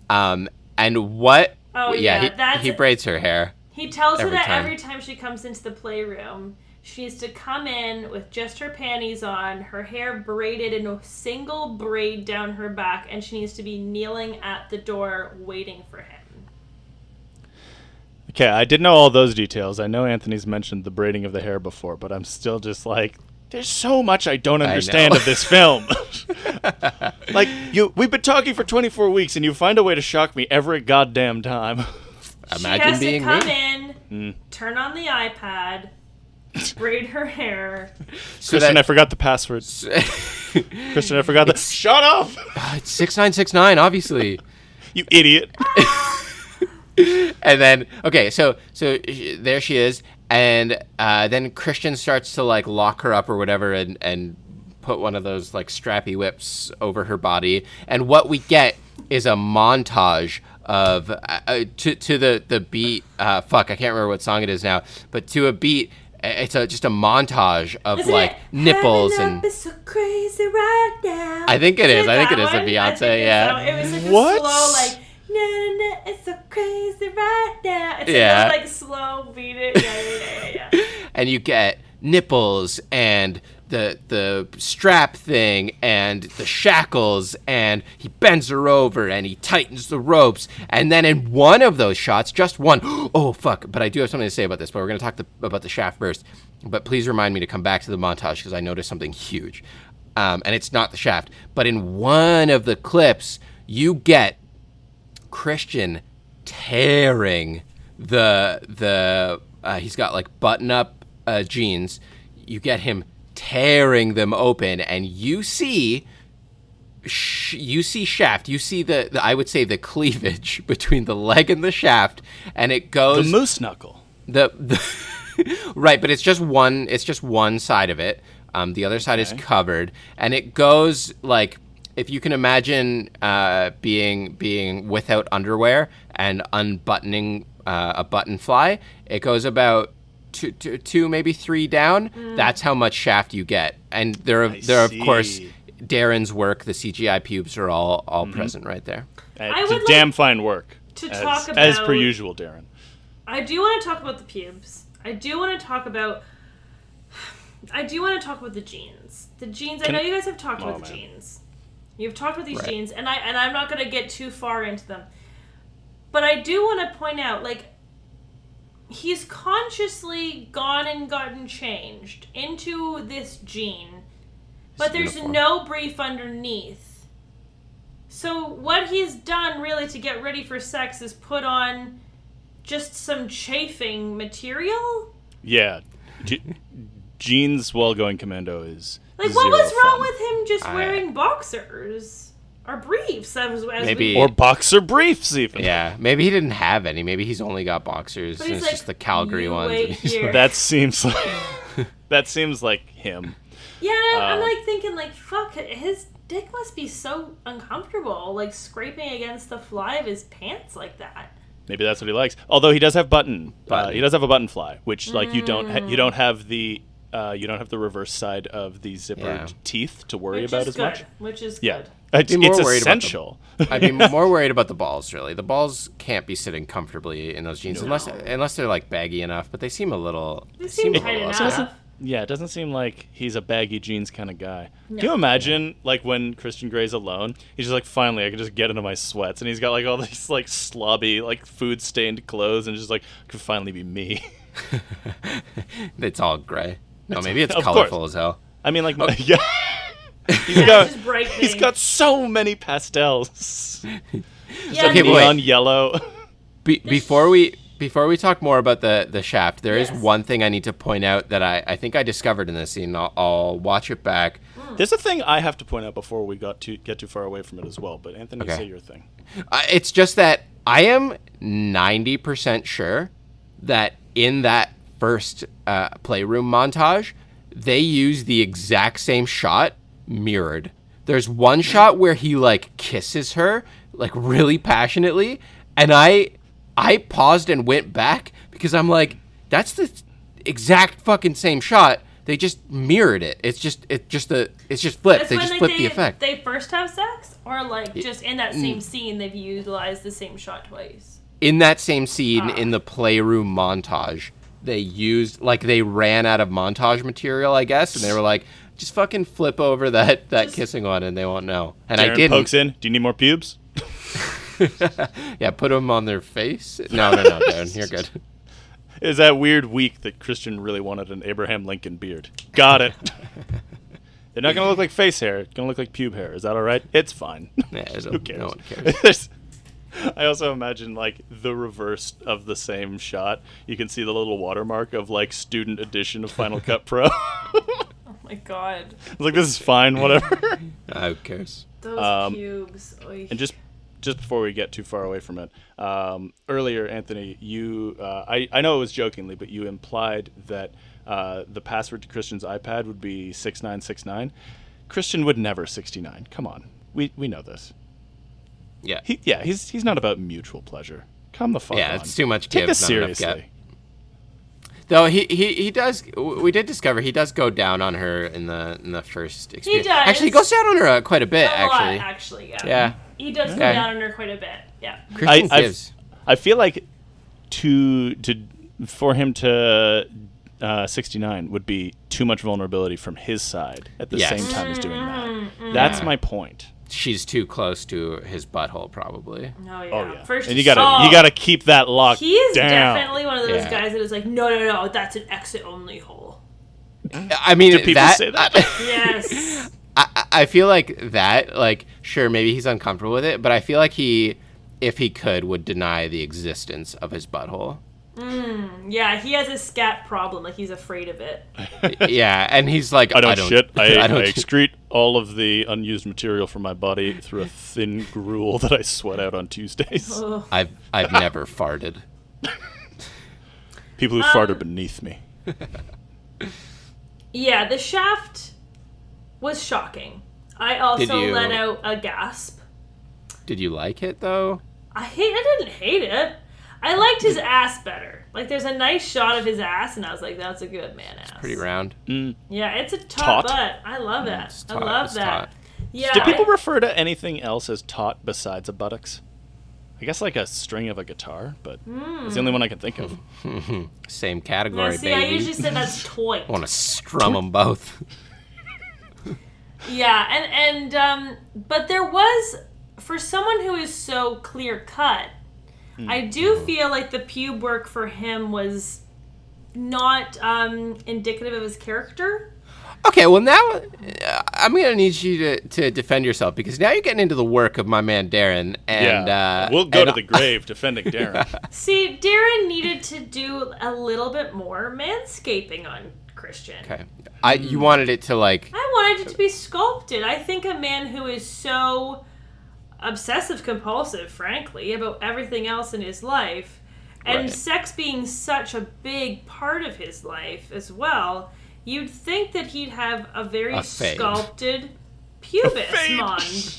Speaker 1: Um, and what?
Speaker 2: Oh, yeah,
Speaker 1: he,
Speaker 2: that's-
Speaker 1: he braids her hair.
Speaker 2: He tells
Speaker 1: Every
Speaker 2: her that
Speaker 1: time.
Speaker 2: every time she comes into the playroom, she needs to come in with just her panties on, her hair braided in a single braid down her back, and she needs to be kneeling at the door waiting for him.
Speaker 3: Okay, I did know all those details. I know Anthony's mentioned the braiding of the hair before, but I'm still just like, there's so much I don't understand
Speaker 1: know.
Speaker 3: of
Speaker 1: (laughs)
Speaker 3: this film. (laughs) like you, we've been talking for 24 weeks, and you find a way to shock me every goddamn time.
Speaker 2: she has
Speaker 1: Imagine being
Speaker 2: to come
Speaker 1: me. Hmm.
Speaker 2: in, turn on the iPad,
Speaker 1: (laughs)
Speaker 2: braid her hair.
Speaker 3: (laughs)
Speaker 1: So
Speaker 3: Christian, I
Speaker 1: that-
Speaker 3: forgot the password. (laughs) Christian, I
Speaker 1: (laughs)
Speaker 3: forgot the. Shut up,
Speaker 1: it's Uh, six nine six nine, obviously.
Speaker 3: (laughs) you idiot.
Speaker 1: and then okay so so sh- there she is and uh, then christian starts to like lock her up or whatever and and put one of those like strappy whips over her body and what we get is a montage of uh, uh, to to the the beat uh, fuck i can't remember what song it is now but to a beat uh, it's a, just a montage of
Speaker 2: Isn't (laughs)
Speaker 1: like
Speaker 2: it?
Speaker 1: nipples
Speaker 2: Heaven
Speaker 1: and
Speaker 2: up is so crazy right now.
Speaker 1: I think it is. I
Speaker 2: that
Speaker 1: think it is the
Speaker 2: one? I think
Speaker 1: Beyonce,
Speaker 2: it's
Speaker 1: yeah.
Speaker 2: that one. It was like a
Speaker 3: What?
Speaker 2: slow like. No, no, no, it's so crazy right now. It's
Speaker 1: Yeah.
Speaker 2: yeah. like slow beat it. Yeah, yeah, yeah, yeah,
Speaker 1: (laughs)
Speaker 2: yeah.
Speaker 1: and you get nipples and the the strap thing and the shackles and he bends her over and he tightens the ropes and then in one of those shots just one (gasps) oh fuck but I do have something to say about this but we're going to talk the, about the shaft first but please remind me to come back to the montage because I noticed something huge um, and it's not the shaft but in one of the clips you get Christian tearing the the uh, he's got like button up uh, jeans. You get him tearing them open, and you see sh- you see shaft. You see the, the I would say the cleavage (laughs) between the leg and the shaft, and it
Speaker 3: The
Speaker 1: goes
Speaker 3: moose knuckle.
Speaker 1: the, the (laughs) right but it's just one it's just one side of it um, the other side is covered and it goes like if you can imagine uh, being being without underwear and unbuttoning uh, a button fly it goes about two, two, two maybe three down
Speaker 2: Mm.
Speaker 1: that's how much shaft you get and there are there are, of course
Speaker 3: see.
Speaker 1: darren's work the cgi pubes are all all
Speaker 2: Mm-hmm.
Speaker 1: present right there
Speaker 2: I
Speaker 3: It's a
Speaker 2: would like
Speaker 3: damn fine work.
Speaker 2: to
Speaker 3: as,
Speaker 2: talk
Speaker 3: as per
Speaker 2: about-
Speaker 3: usual, Darren.
Speaker 2: I do want to talk about the pubes. I do want to talk about. I do want to talk about the jeans. The jeans.
Speaker 3: Can-
Speaker 2: I know you guys have talked about
Speaker 3: Oh,
Speaker 2: the
Speaker 3: man.
Speaker 2: jeans. You've talked about these
Speaker 1: Right.
Speaker 2: jeans, and I and I'm not going to get too far into them. But I do want to point out, like, he's consciously gone and gotten changed into this jean, but there's
Speaker 1: uniform.
Speaker 2: no brief underneath. So what he's done really to get ready for sex is put on just some chafing material.
Speaker 3: Yeah. Do, jeans while going commando is
Speaker 2: Like, what
Speaker 3: zero
Speaker 2: was wrong
Speaker 3: fun.
Speaker 2: with him just
Speaker 1: I-
Speaker 2: wearing boxers or briefs? As, as
Speaker 1: Maybe-
Speaker 2: We,
Speaker 3: or boxer briefs even.
Speaker 1: Yeah, maybe he didn't have any. Maybe he's only got boxers.
Speaker 2: But
Speaker 1: and
Speaker 2: he's
Speaker 1: it's
Speaker 2: like,
Speaker 1: just the Calgary
Speaker 2: "You
Speaker 1: ones. (laughs)
Speaker 2: wait
Speaker 1: and he's
Speaker 2: here."
Speaker 1: like-
Speaker 3: That seems like (laughs) that seems like him.
Speaker 2: yeah, and I'm
Speaker 3: Um,
Speaker 2: like thinking, like, fuck, his dick must be so uncomfortable, like scraping against the fly of his pants like that.
Speaker 3: Maybe that's what he likes. Although he does have button, Uh,
Speaker 1: Button. Mm.
Speaker 3: he does have a button fly, which like you don't ha- you don't have the uh, you don't have the reverse side of the zippered
Speaker 1: Yeah.
Speaker 3: teeth to worry
Speaker 2: Which
Speaker 3: about
Speaker 2: is
Speaker 3: as
Speaker 2: good.
Speaker 3: much.
Speaker 2: Which is
Speaker 3: Yeah,
Speaker 2: good.
Speaker 3: it's,
Speaker 1: Be more
Speaker 3: it's
Speaker 1: worried about the-
Speaker 3: essential. (laughs)
Speaker 1: I'd be more worried about the balls. Really, the balls can't be sitting comfortably in those jeans unless unless they're like baggy enough. But they seem a little.
Speaker 2: They seem
Speaker 1: a
Speaker 2: tight
Speaker 1: little
Speaker 2: enough.
Speaker 1: upset.
Speaker 3: doesn't- yeah, it doesn't seem like he's a baggy jeans kind of guy. Can you imagine like when Christian Gray's alone? He's just like, finally, I can just get into my sweats, and he's got like all (laughs) these like slobby, like food stained clothes, and just like could finally be me. (laughs)
Speaker 1: It's all gray. No, maybe it's
Speaker 3: (laughs) of course.
Speaker 1: colorful as hell.
Speaker 3: I mean, like, yeah,
Speaker 2: Yeah,
Speaker 3: he's got
Speaker 2: it's just bright
Speaker 3: he's
Speaker 2: pink.
Speaker 3: got so many pastels,
Speaker 2: yeah,
Speaker 1: okay,
Speaker 2: and
Speaker 1: wait.
Speaker 3: neon yellow.
Speaker 1: Be- before we before we talk more about the the shaft, there is
Speaker 2: Yes.
Speaker 1: one thing I need to point out that I, I think I discovered in this scene. I'll, I'll watch it back.
Speaker 3: There's a thing I have to point out before we got to get too far away from it as well. But Anthony,
Speaker 1: Okay.
Speaker 3: say your thing.
Speaker 1: I, it's just that I am 90% sure that in that first uh, playroom montage, they use the exact same shot mirrored. There's one shot where he like kisses her like really passionately, and I I paused and went back because I'm like, that's the exact fucking same shot. They just mirrored it. It's just it just the it's just flipped.
Speaker 2: That's
Speaker 1: They
Speaker 2: when
Speaker 1: just
Speaker 2: like,
Speaker 1: flipped the
Speaker 2: they,
Speaker 1: effect.
Speaker 2: They first have sex, or like just in
Speaker 3: Mm.
Speaker 2: that same scene, they've utilized the same shot twice.
Speaker 1: in that same scene in the playroom montage they used like they ran out of montage material i guess and they were like just fucking flip over that that
Speaker 2: Just-
Speaker 1: kissing one and they won't know and i
Speaker 3: Darren
Speaker 1: didn't
Speaker 3: pokes in. Do you need more pubes?
Speaker 1: (laughs) yeah put them on their face no no no Darren, you're good (laughs)
Speaker 3: Is that weird week that Christian really wanted an Abraham Lincoln beard?
Speaker 1: (laughs)
Speaker 3: Got it. They're not gonna look like face hair. It's gonna look like pube hair. Is that all right? It's fine.
Speaker 1: yeah,
Speaker 3: (laughs) Who cares?
Speaker 1: no one cares
Speaker 3: There's- I also imagine like the reverse of the same shot. You can see the little watermark of like student edition of Final Cut Pro. (laughs)
Speaker 2: Oh my god,
Speaker 3: It's like this is fine, whatever.
Speaker 1: Uh, who cares
Speaker 2: those
Speaker 3: Um,
Speaker 2: cubes. Oy.
Speaker 3: And just just before we get too far away from it, um, earlier, Anthony, you uh, I I know it was jokingly, but you implied that uh, the password to Christian's iPad would be six nine six nine. Christian would never sixty nine. Come on, we we know this.
Speaker 1: yeah
Speaker 3: He yeah, he's he's not about mutual pleasure. Come the fuck
Speaker 1: Yeah,
Speaker 3: on.
Speaker 1: it's too much
Speaker 3: Take
Speaker 1: give,
Speaker 3: this
Speaker 1: not enough
Speaker 3: seriously.
Speaker 1: get. though he, he he does w- we did discover he does go down on her in the in the first experience
Speaker 2: does.
Speaker 1: actually he goes down on her uh, quite a bit
Speaker 2: a
Speaker 1: actually
Speaker 2: lot, actually, yeah.
Speaker 1: yeah
Speaker 2: He does
Speaker 1: Okay.
Speaker 2: come down on her quite a bit. Yeah.
Speaker 1: christian
Speaker 3: I've-
Speaker 1: gives
Speaker 3: I feel like to to for him to uh, 69 would be too much vulnerability from his side at the
Speaker 1: Yes.
Speaker 3: same time as doing that. That's
Speaker 1: Yeah.
Speaker 3: my point.
Speaker 1: she's too close to his butthole, probably.
Speaker 2: Oh yeah.
Speaker 3: Oh yeah.
Speaker 2: First
Speaker 3: and you gotta
Speaker 2: saw-
Speaker 3: you gotta keep that lock.
Speaker 2: He is
Speaker 3: down.
Speaker 2: definitely one of those
Speaker 1: Yeah.
Speaker 2: guys that is like, no, no, no, that's an exit only hole.
Speaker 1: I mean,
Speaker 3: people
Speaker 1: that,
Speaker 3: say that?
Speaker 1: I,
Speaker 2: Yes.
Speaker 1: (laughs) I, I feel like that, like, sure, maybe he's uncomfortable with it, but I feel like he, if he could, would deny the existence of his
Speaker 3: (laughs)
Speaker 1: butthole.
Speaker 2: yeah. He has a scat problem. Like he's afraid of it.
Speaker 1: yeah, and he's like,
Speaker 3: I don't,
Speaker 1: (laughs)
Speaker 3: shit. I, I,
Speaker 1: don't shit.
Speaker 3: excrete all of the unused material from my body through a thin gruel that I sweat out on
Speaker 2: (laughs)
Speaker 3: Tuesdays.
Speaker 2: Ugh.
Speaker 1: I've, I've never farted.
Speaker 2: Um,
Speaker 3: People who fart are beneath me.
Speaker 2: Yeah, the shaft was shocking. I also
Speaker 1: you-
Speaker 2: let out a gasp.
Speaker 1: Did you like it though?
Speaker 2: I hate. I didn't hate it. I liked his ass better. Like, there's a nice shot of his ass, and I was like, "That's a good man ass."
Speaker 1: Pretty round.
Speaker 3: Mm.
Speaker 2: Yeah, it's a taut,
Speaker 3: Taut?
Speaker 2: butt. I love it.
Speaker 1: Mm, it's
Speaker 2: I
Speaker 1: taut,
Speaker 2: love
Speaker 1: it's
Speaker 2: that.
Speaker 1: taut.
Speaker 2: Yeah.
Speaker 3: Do people refer to anything else as taut besides a buttocks? I guess like a string of a guitar, but it's the only one I can think of.
Speaker 1: Same
Speaker 2: Now,
Speaker 1: category,
Speaker 2: see,
Speaker 1: baby.
Speaker 2: I usually say
Speaker 1: (laughs)
Speaker 2: that's toy.
Speaker 1: want to
Speaker 2: (laughs)
Speaker 1: strum them both.
Speaker 2: yeah, and and um, but there was for someone who is so clear cut, I do feel like the pube work for him was not um indicative of his character.
Speaker 1: Okay, well now uh, I'm gonna need you to, to defend yourself because now you're getting into the work of my man Darren, and uh,
Speaker 3: we'll go
Speaker 1: and (laughs)
Speaker 3: to the grave defending Darren.
Speaker 2: See, Darren needed to do a little bit more manscaping on Christian.
Speaker 1: Okay. I you wanted it to like
Speaker 2: I wanted it to be sculpted. I think a man who is so obsessive compulsive, frankly, about everything else in his life, and
Speaker 1: Right.
Speaker 2: sex being such a big part of his life as well, you'd think that he'd have a very
Speaker 1: A fade.
Speaker 2: sculpted pubis
Speaker 3: fade.
Speaker 2: mond.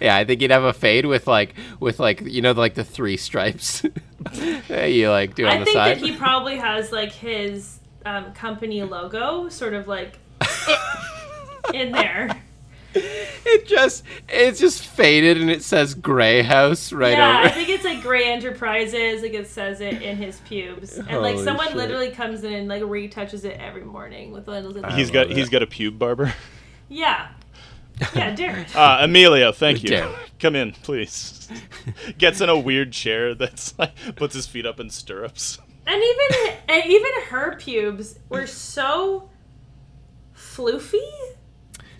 Speaker 1: yeah, I think you'd have a fade with like with like you know like the three stripes (laughs) that you like do on
Speaker 2: I
Speaker 1: the
Speaker 2: think
Speaker 1: side.
Speaker 2: that he probably has like his um, company logo sort of like
Speaker 1: (laughs)
Speaker 2: in there.
Speaker 1: it just it's just faded and it says Grey House right
Speaker 2: yeah, I
Speaker 1: over.
Speaker 2: think it's like Gray Enterprises. Like it says it in his pubes, and like
Speaker 1: Holy
Speaker 2: someone
Speaker 1: shit.
Speaker 2: literally comes in and like retouches it every morning with a little.
Speaker 3: He's
Speaker 1: love
Speaker 3: got
Speaker 1: that.
Speaker 3: he's got a pube barber.
Speaker 2: yeah,
Speaker 3: (laughs)
Speaker 2: yeah, Derek.
Speaker 3: Uh, Emilio, thank you.
Speaker 1: Derek.
Speaker 3: Come in, please. Gets in a weird chair that's like puts his feet up in stirrups.
Speaker 2: and even and even her pubes were so floofy.
Speaker 1: (laughs)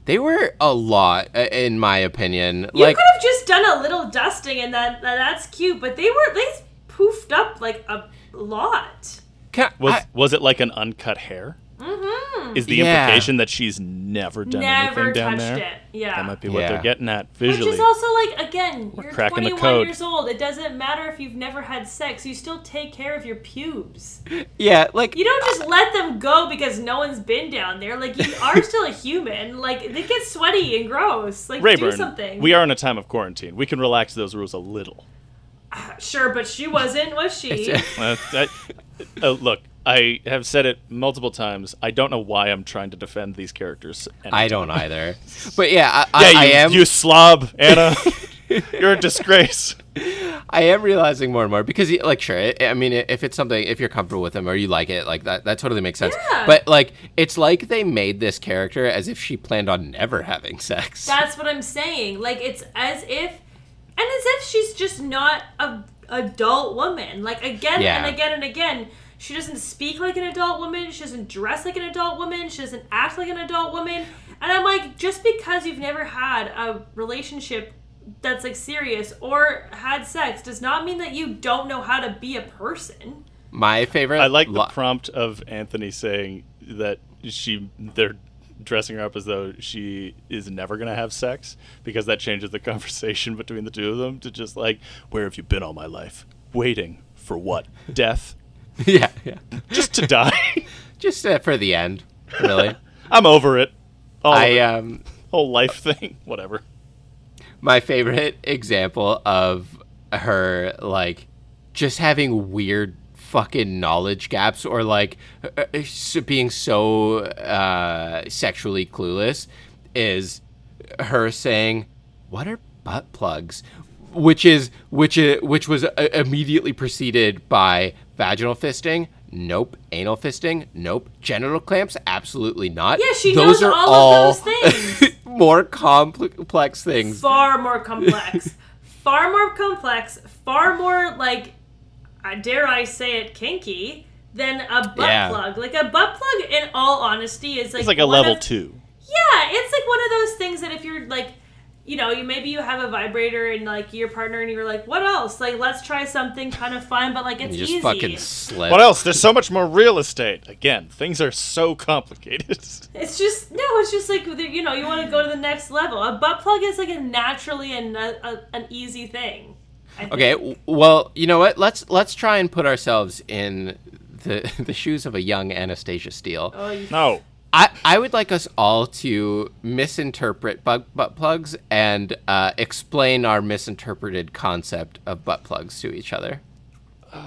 Speaker 1: They were a lot, uh, in my opinion.
Speaker 2: You
Speaker 1: like
Speaker 2: could have just done a little dusting, and that that- that's cute. But they were they poofed up like a lot.
Speaker 1: ca-
Speaker 3: Was
Speaker 1: I-
Speaker 3: was it like an uncut hair? Mm-hmm. Is the
Speaker 1: Yeah.
Speaker 3: implication that she's never done
Speaker 2: Never
Speaker 3: anything down
Speaker 2: touched
Speaker 3: there?
Speaker 2: it. Yeah.
Speaker 3: That might be what
Speaker 1: Yeah.
Speaker 3: they're getting at
Speaker 2: Which
Speaker 3: visually.
Speaker 2: is also like again, you're
Speaker 3: cracking the
Speaker 2: 21
Speaker 3: code.
Speaker 2: years old. It doesn't matter if you've never had sex. You still take care of your pubes.
Speaker 1: yeah, like
Speaker 2: You don't just let them go because no one's been down there. Like you
Speaker 3: (laughs)
Speaker 2: are still a human. Like they get sweaty and gross. Like do
Speaker 3: Rayburn,
Speaker 2: something.
Speaker 3: we are in a time of quarantine. We can relax those rules a little.
Speaker 2: sure, but she wasn't, was she?
Speaker 3: Uh, that- uh, look, I have said it multiple times. I don't know why I'm trying to defend these characters.
Speaker 1: (laughs) I don't
Speaker 2: (laughs)
Speaker 1: either. But yeah, I,
Speaker 3: Yeah,
Speaker 1: I,
Speaker 3: you,
Speaker 1: I am
Speaker 3: you slob, Anna. You're a disgrace.
Speaker 1: I am realizing more and more because like sure, i I mean if it's something if you're comfortable with them or you like it, like that that totally makes sense.
Speaker 2: Yeah.
Speaker 1: But like it's like they made this character as if she planned on never having sex.
Speaker 2: That's what I'm saying. Like it's as if, and as if she's just not a adult woman. Like again
Speaker 1: Yeah.
Speaker 2: and again and again, she doesn't speak like an adult woman. She doesn't dress like an adult woman. She doesn't act like an adult woman. And I'm like, just because you've never had a relationship that's like serious or had sex does not mean that you don't know how to be a person.
Speaker 1: My favorite
Speaker 3: I
Speaker 1: (laughs)
Speaker 3: like the
Speaker 1: lo-
Speaker 3: prompt of Anthony saying that she they're dressing her up as though she is never going to have sex because that changes the (laughs) conversation between the two of them to just like where have you been all my life waiting for what death
Speaker 1: Yeah, yeah.
Speaker 3: just
Speaker 1: (laughs)
Speaker 3: to die (laughs)
Speaker 1: Just uh, for the end, really.
Speaker 3: I'm over it all of
Speaker 1: I
Speaker 3: it.
Speaker 1: um
Speaker 3: whole life thing (laughs) whatever
Speaker 1: my favorite (laughs) example of her like just having weird fucking knowledge gaps or like uh, uh, s- being so uh, sexually clueless is her saying what are butt plugs which is which is, which was uh, immediately preceded by vaginal fisting nope anal fisting nope genital clamps absolutely not
Speaker 2: Yeah, she knows all of those
Speaker 1: (laughs)
Speaker 2: things.
Speaker 1: more complex things
Speaker 2: far
Speaker 1: (laughs)
Speaker 2: more complex, far more complex, far more like, I dare I say it, kinky than a butt
Speaker 1: Yeah.
Speaker 2: plug. Like a butt plug, in all honesty, is like
Speaker 3: it's like a
Speaker 2: one
Speaker 3: level
Speaker 2: of-
Speaker 3: 2
Speaker 2: Yeah, it's like one of those things that if you're like. You know, you maybe you have a vibrator and like your partner, and you're like, "What else? Like, let's try something kind of fun, but like it's
Speaker 1: you just
Speaker 2: easy."
Speaker 1: fucking slip
Speaker 3: what else there's so much more real estate again things are so complicated (laughs)
Speaker 2: It's just no. It's just like you know, you want to go to the next level. A butt plug is like a naturally and a, an easy thing. I think.
Speaker 1: Okay, w- well, you know what? Let's let's try and put ourselves in the (laughs) the shoes of a young Anastasia Steele.
Speaker 2: Oh, you
Speaker 3: no
Speaker 1: I I would like us all to misinterpret bug, butt plugs and uh, explain our misinterpreted concept of butt plugs to each other.
Speaker 2: Oh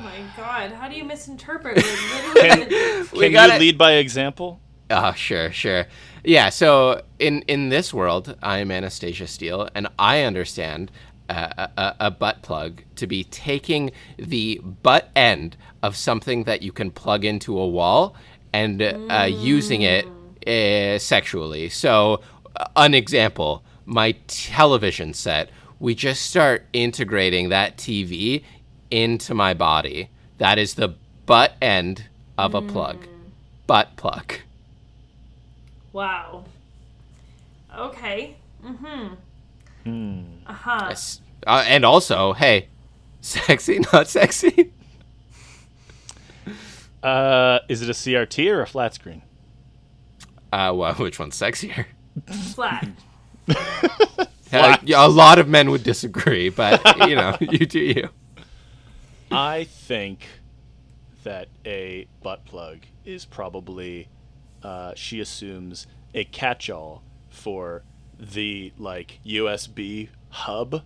Speaker 2: my god, how do you
Speaker 3: (laughs)
Speaker 2: misinterpret? Like, literally-
Speaker 1: We
Speaker 3: can
Speaker 1: gotta-
Speaker 3: you lead by example
Speaker 1: Oh, sure, sure. Yeah, so in in this world, I am Anastasia Steele, and I understand uh, a, a, a butt plug to be taking the butt end of something that you can plug into a wall and uh, using it uh, sexually. So, uh, an example my television set, we just start integrating that TV into my body. That is the butt end of a plug. Butt plug.
Speaker 2: wow. Okay. Mm-hmm. Uh-huh.
Speaker 1: Yes. Uh, and (laughs) also, hey, sexy, not sexy.
Speaker 3: Uh, is it a CRT or a flat screen?
Speaker 1: Uh, well, (laughs) which one's sexier?
Speaker 3: (laughs)
Speaker 2: Flat.
Speaker 1: Uh, yeah, a lot of men would disagree, but (laughs) you know, you do you.
Speaker 3: I think that a butt plug is probably, uh, she assumes, a catch-all for the like USB hub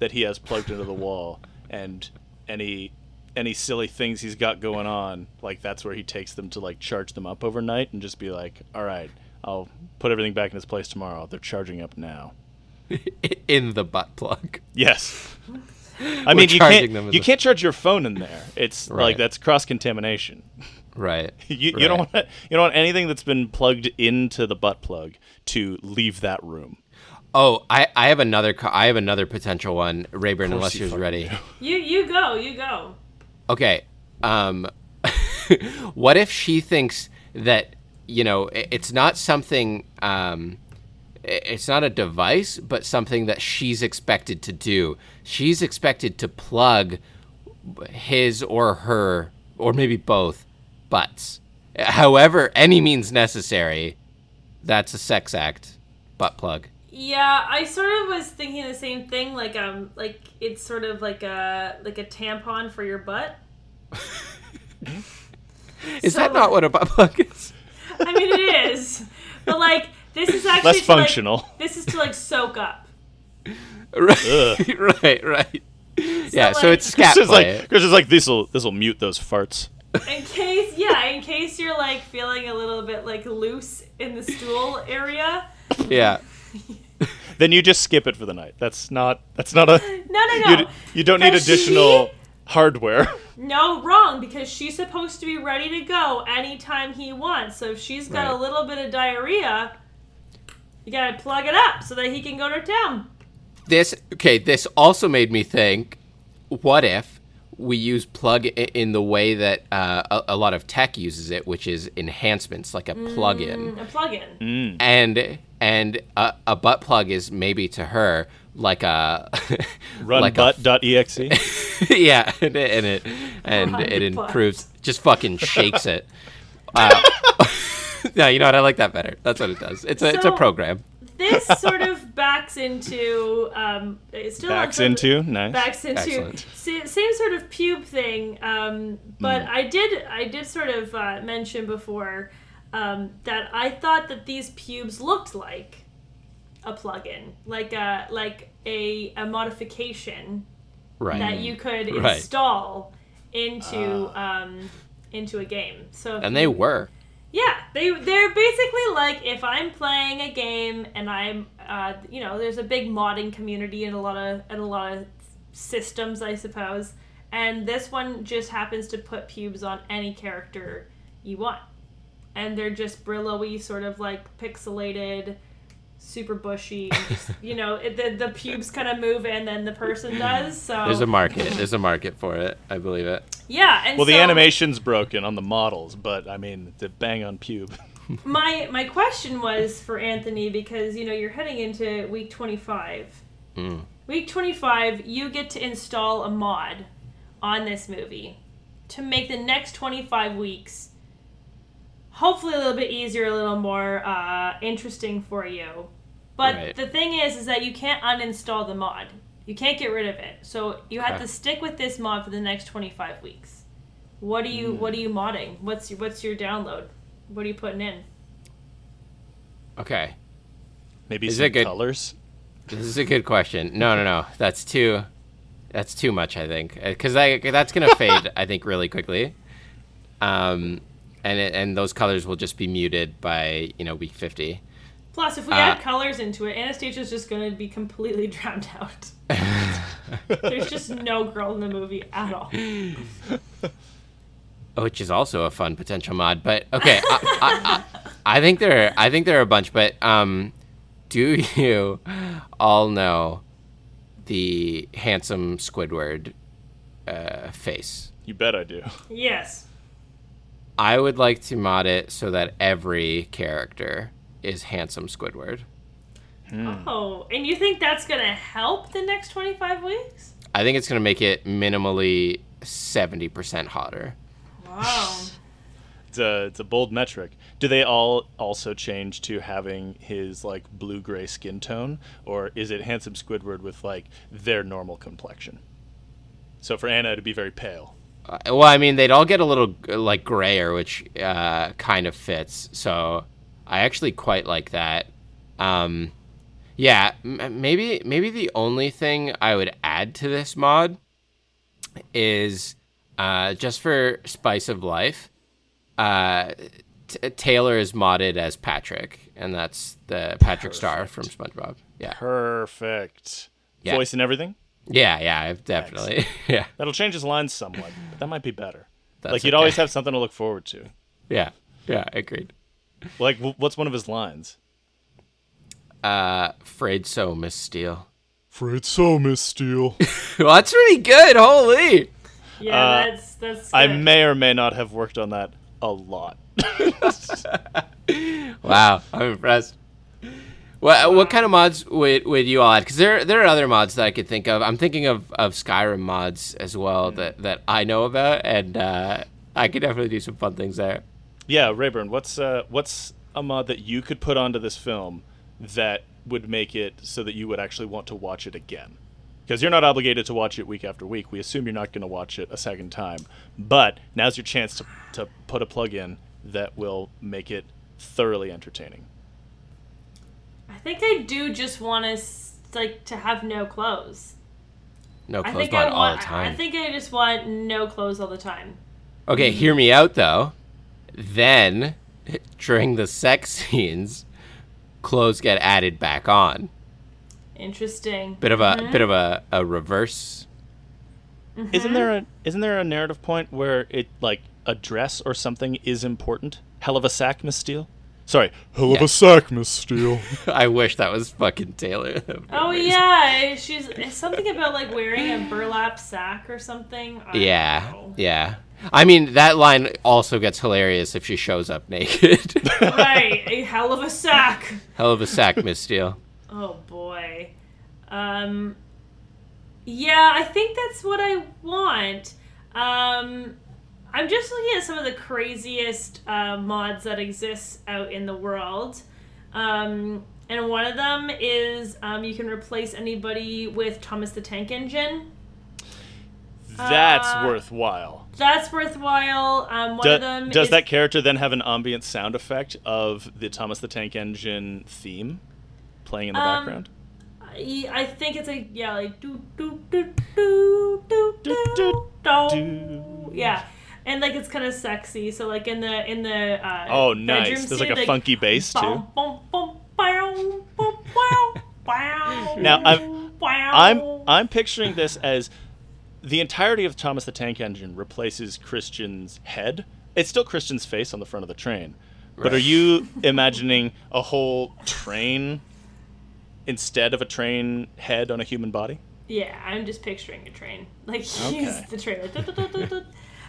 Speaker 3: that he has plugged into the wall, and any any silly things he's got going on, like that's where he takes them to like charge them up overnight and just be like, all right, I'll put everything back in its place tomorrow. They're charging up now.
Speaker 1: In the butt plug. (laughs)
Speaker 3: Yes. I mean, you
Speaker 1: charging
Speaker 3: can't
Speaker 1: them as
Speaker 3: you
Speaker 1: a-
Speaker 3: can't charge your phone in there. It's like
Speaker 1: Right.
Speaker 3: that's cross contamination.
Speaker 1: Right.
Speaker 3: (laughs) You, you don't
Speaker 1: right.
Speaker 3: want you don't want anything that's been plugged into the butt plug to leave that room.
Speaker 1: Oh, I, I have another co- I have another potential one, Rayburn, unless
Speaker 3: you
Speaker 1: you're
Speaker 3: fucking
Speaker 1: ready.
Speaker 2: you you go. You go.
Speaker 1: Okay. Um, (laughs) what if she thinks that you know i- it's not something, um, i- it's not a device, but something that she's expected to do. She's expected to plug his or her, or maybe both, butts. However, any means necessary. That's a sex act. Butt plug.
Speaker 2: Yeah, I sort of was thinking the same thing. Like um, like it's sort of like a like a tampon for your butt.
Speaker 1: Is that
Speaker 2: So-
Speaker 1: not what a butt plug is? (laughs)
Speaker 2: I mean,
Speaker 3: (laughs)
Speaker 2: it is, but like this is actually
Speaker 3: Less
Speaker 2: to, like-
Speaker 3: functional.
Speaker 2: this is to like soak up.
Speaker 1: right, right, right. yeah, so
Speaker 2: like-
Speaker 1: it's scat
Speaker 3: Chris is
Speaker 1: play.
Speaker 3: like Chris is like this will this will mute those farts.
Speaker 2: In case, yeah, in case you're like feeling a little bit like loose in the stool area.
Speaker 1: Yeah.
Speaker 3: Then you just skip it for the night. That's not that's not a
Speaker 2: No, (laughs) no, no.
Speaker 3: you, you don't need
Speaker 2: Does she-
Speaker 3: additional hardware. (laughs)
Speaker 2: No, wrong, because she's supposed to be ready to go anytime he wants. So if she's got a
Speaker 1: Right.
Speaker 2: little bit of diarrhea, you gotta plug it up so that he can go to town.
Speaker 1: This okay, this also made me think what if we use plug i- in the way that uh, a, a lot of tech uses it, which is enhancements like a plug-in.
Speaker 2: A plug in.
Speaker 1: And and a, a butt plug is maybe to her like a (laughs)
Speaker 3: Run
Speaker 1: like a
Speaker 3: butt.exe.
Speaker 1: (laughs) yeah, (laughs) and it and it, and
Speaker 2: Run
Speaker 1: it
Speaker 2: butt.
Speaker 1: improves. Just fucking shakes
Speaker 2: (laughs)
Speaker 1: it. Uh, (laughs) no, you know what? I like that better. That's what it does. It's a it's a
Speaker 2: So-
Speaker 1: program.
Speaker 2: This sort of (laughs) backs into um, it's still
Speaker 3: Backs
Speaker 2: on sort of-
Speaker 3: into nice.
Speaker 2: backs into
Speaker 1: Excellent.
Speaker 2: sa- same sort of pube thing. Um, but I did I did sort of uh, mention before um, that I thought that these pubes looked like a plug-in, like a like a, a modification
Speaker 1: Right.
Speaker 2: that you could
Speaker 1: Mm. Right. Uh.
Speaker 2: install into um, into a game. So if
Speaker 1: and they were.
Speaker 2: yeah, they they're basically like if I'm playing a game and I'm uh, you know there's a big modding community and a lot of and a lot of systems I suppose, and this one just happens to put pubes on any character you want, and they're just brillo-y sort of like pixelated.
Speaker 1: (laughs)
Speaker 2: Super bushy, and just, you know. It, the, the pubes kind of move, and then the person does. So
Speaker 1: There's a market. There's a market for it. I believe it.
Speaker 2: yeah. And
Speaker 3: Well, the
Speaker 2: so-
Speaker 3: animation's broken on the models, but I mean the bang on pube. (laughs)
Speaker 2: My my question was for Anthony because you know you're heading into week 25.
Speaker 1: Hmm.
Speaker 2: Week 25, you get to install a mod on this movie to make the next 25 weeks hopefully a little bit easier, a little more uh, interesting for you. But
Speaker 1: Right.
Speaker 2: the thing is, is that you can't uninstall the mod. You can't get rid of it. So you have
Speaker 1: Okay.
Speaker 2: to stick with this mod for the next 25 weeks. What are
Speaker 1: Hmm.
Speaker 2: you What are you modding? What's your, What's your download? What are you putting in?
Speaker 1: Okay.
Speaker 3: Maybe
Speaker 1: Is
Speaker 3: some
Speaker 1: it good?
Speaker 2: (laughs)
Speaker 3: colors.
Speaker 1: This is a good question. No, no, no. That's too. That's too much. I think because that's gonna fade. I think really quickly. Um, and it, and those colors will just be muted by you know week fifty.
Speaker 2: Plus,
Speaker 1: Uh,
Speaker 2: if we add colors into it, Anastasia's just going to be completely (laughs) drowned out. There's just no girl in the movie at all.
Speaker 1: which is also a fun potential mod. But okay, I, I, I, I think there are, I think there are a bunch. But um, do you all know the handsome Squidward uh, face?
Speaker 3: You bet I do.
Speaker 2: Yes.
Speaker 1: I would like to mod it so that every character is handsome Squidward. Hmm.
Speaker 2: Oh, and you think that's going to help the next 25 weeks?
Speaker 1: I think it's gonna make it minimally seventy percent hotter.
Speaker 2: Wow.
Speaker 3: It's a, it's a bold metric. Do they all also change to having his like blue gray skin tone, or is it handsome Squidward with like their normal complexion? So for Anna, it'd be very pale.
Speaker 1: Uh, well, I mean, they'd all get a little uh, like grayer, which uh, kind of fits. So I actually quite like that. Um, yeah, m- maybe maybe the only thing I would add to this mod is uh, just for spice of life. Uh, t- Taylor is modded as Patrick, and that's the Patrick Star from SpongeBob. Yeah,
Speaker 3: Perfect.
Speaker 1: Yeah.
Speaker 3: Voice and everything.
Speaker 1: yeah, yeah, I've definitely. (laughs) yeah,
Speaker 3: That'll change his lines somewhat, but that might be better.
Speaker 1: (laughs) That's
Speaker 3: like you'd
Speaker 1: okay.
Speaker 3: always have something to look forward to.
Speaker 1: yeah, yeah. Agreed.
Speaker 3: Like w- what's one of his lines?
Speaker 1: Uh, afraid so, Miss Steele.
Speaker 3: For it's so Miss Steele.
Speaker 1: (laughs) Well, that's really good. Holy.
Speaker 2: (sighs) Yeah,
Speaker 3: Uh,
Speaker 2: that's that's.
Speaker 3: I
Speaker 2: good.
Speaker 3: may or may not have worked on that a lot.
Speaker 1: Wow, I'm impressed. What, what kind of mods would, would you all add? Because there there are other mods that I could think of. I'm thinking of, of Skyrim mods as well
Speaker 2: Mm.
Speaker 1: that, that I know about, and uh, I could definitely do some fun things there.
Speaker 3: yeah, Rayburn, what's uh, what's a mod that you could put onto this film that would make it so that you would actually want to watch it again? Because you're not obligated to watch it week after week. We assume you're not going to watch it a second time. But now's your chance to, to put a plug in that will make it thoroughly entertaining.
Speaker 2: I think I do just want to like to have no clothes.
Speaker 1: No
Speaker 2: I
Speaker 1: clothes
Speaker 2: think
Speaker 1: mod
Speaker 2: I
Speaker 1: all
Speaker 2: want.
Speaker 1: the
Speaker 2: I-
Speaker 1: time.
Speaker 2: I think I just want no clothes all the time.
Speaker 1: okay, hear me out though. Then, (laughs) during the sex (laughs) scenes, clothes get added back on.
Speaker 2: Interesting.
Speaker 1: Bit of a bit of a, a reverse. (laughs)
Speaker 3: Isn't there a isn't there a narrative point where it like a dress or something is important? Hell of a sack, Miss Steele. Sorry, hell of
Speaker 1: Yeah.
Speaker 3: a sack, Miss Steele.
Speaker 1: I wish that was fucking Taylor. (laughs)
Speaker 2: Oh yeah, she's it's something about like wearing a burlap sack or something. I don't
Speaker 1: Yeah,
Speaker 2: know.
Speaker 1: yeah. I mean, that line also gets hilarious if she shows up naked. (laughs)
Speaker 2: Right, a hell of a sack.
Speaker 1: Hell of a sack, Miss Steele.
Speaker 2: Oh boy. Um Yeah, I think that's what I want. Um I'm just looking at some of the craziest uh, mods that exist out in the world. Um and one of them is um, you can replace anybody with Thomas the Tank Engine.
Speaker 3: That's
Speaker 2: Uh,
Speaker 3: worthwhile.
Speaker 2: That's worthwhile. Um, one
Speaker 3: Do-
Speaker 2: of them
Speaker 3: does
Speaker 2: is-
Speaker 3: that character then have an ambient sound effect of the Thomas the Tank Engine theme playing in the
Speaker 2: Um,
Speaker 3: background?
Speaker 2: I I think it's like yeah, like do do do do do
Speaker 3: Do,
Speaker 2: do
Speaker 3: do,
Speaker 2: do.
Speaker 3: do.
Speaker 2: Yeah, and like it's kind of sexy. So like in the in the uh,
Speaker 3: Oh,
Speaker 2: bedroom
Speaker 3: nice. There's
Speaker 2: scene,
Speaker 3: like a funky bass too.
Speaker 2: bum, bum, bum, bow, bow, bow, bow,
Speaker 3: Now, I'm-
Speaker 2: bow.
Speaker 3: I'm I'm picturing this as the entirety of Thomas the Tank Engine replaces Christian's head. It's still Christian's face on the front of the train. But are
Speaker 1: Right.
Speaker 2: (laughs)
Speaker 3: you imagining a whole train instead of a train head on a human body?
Speaker 2: yeah, I'm just picturing a train. Like (laughs) he's
Speaker 3: Okay.
Speaker 2: the train. Like, duh, duh, duh, duh, duh.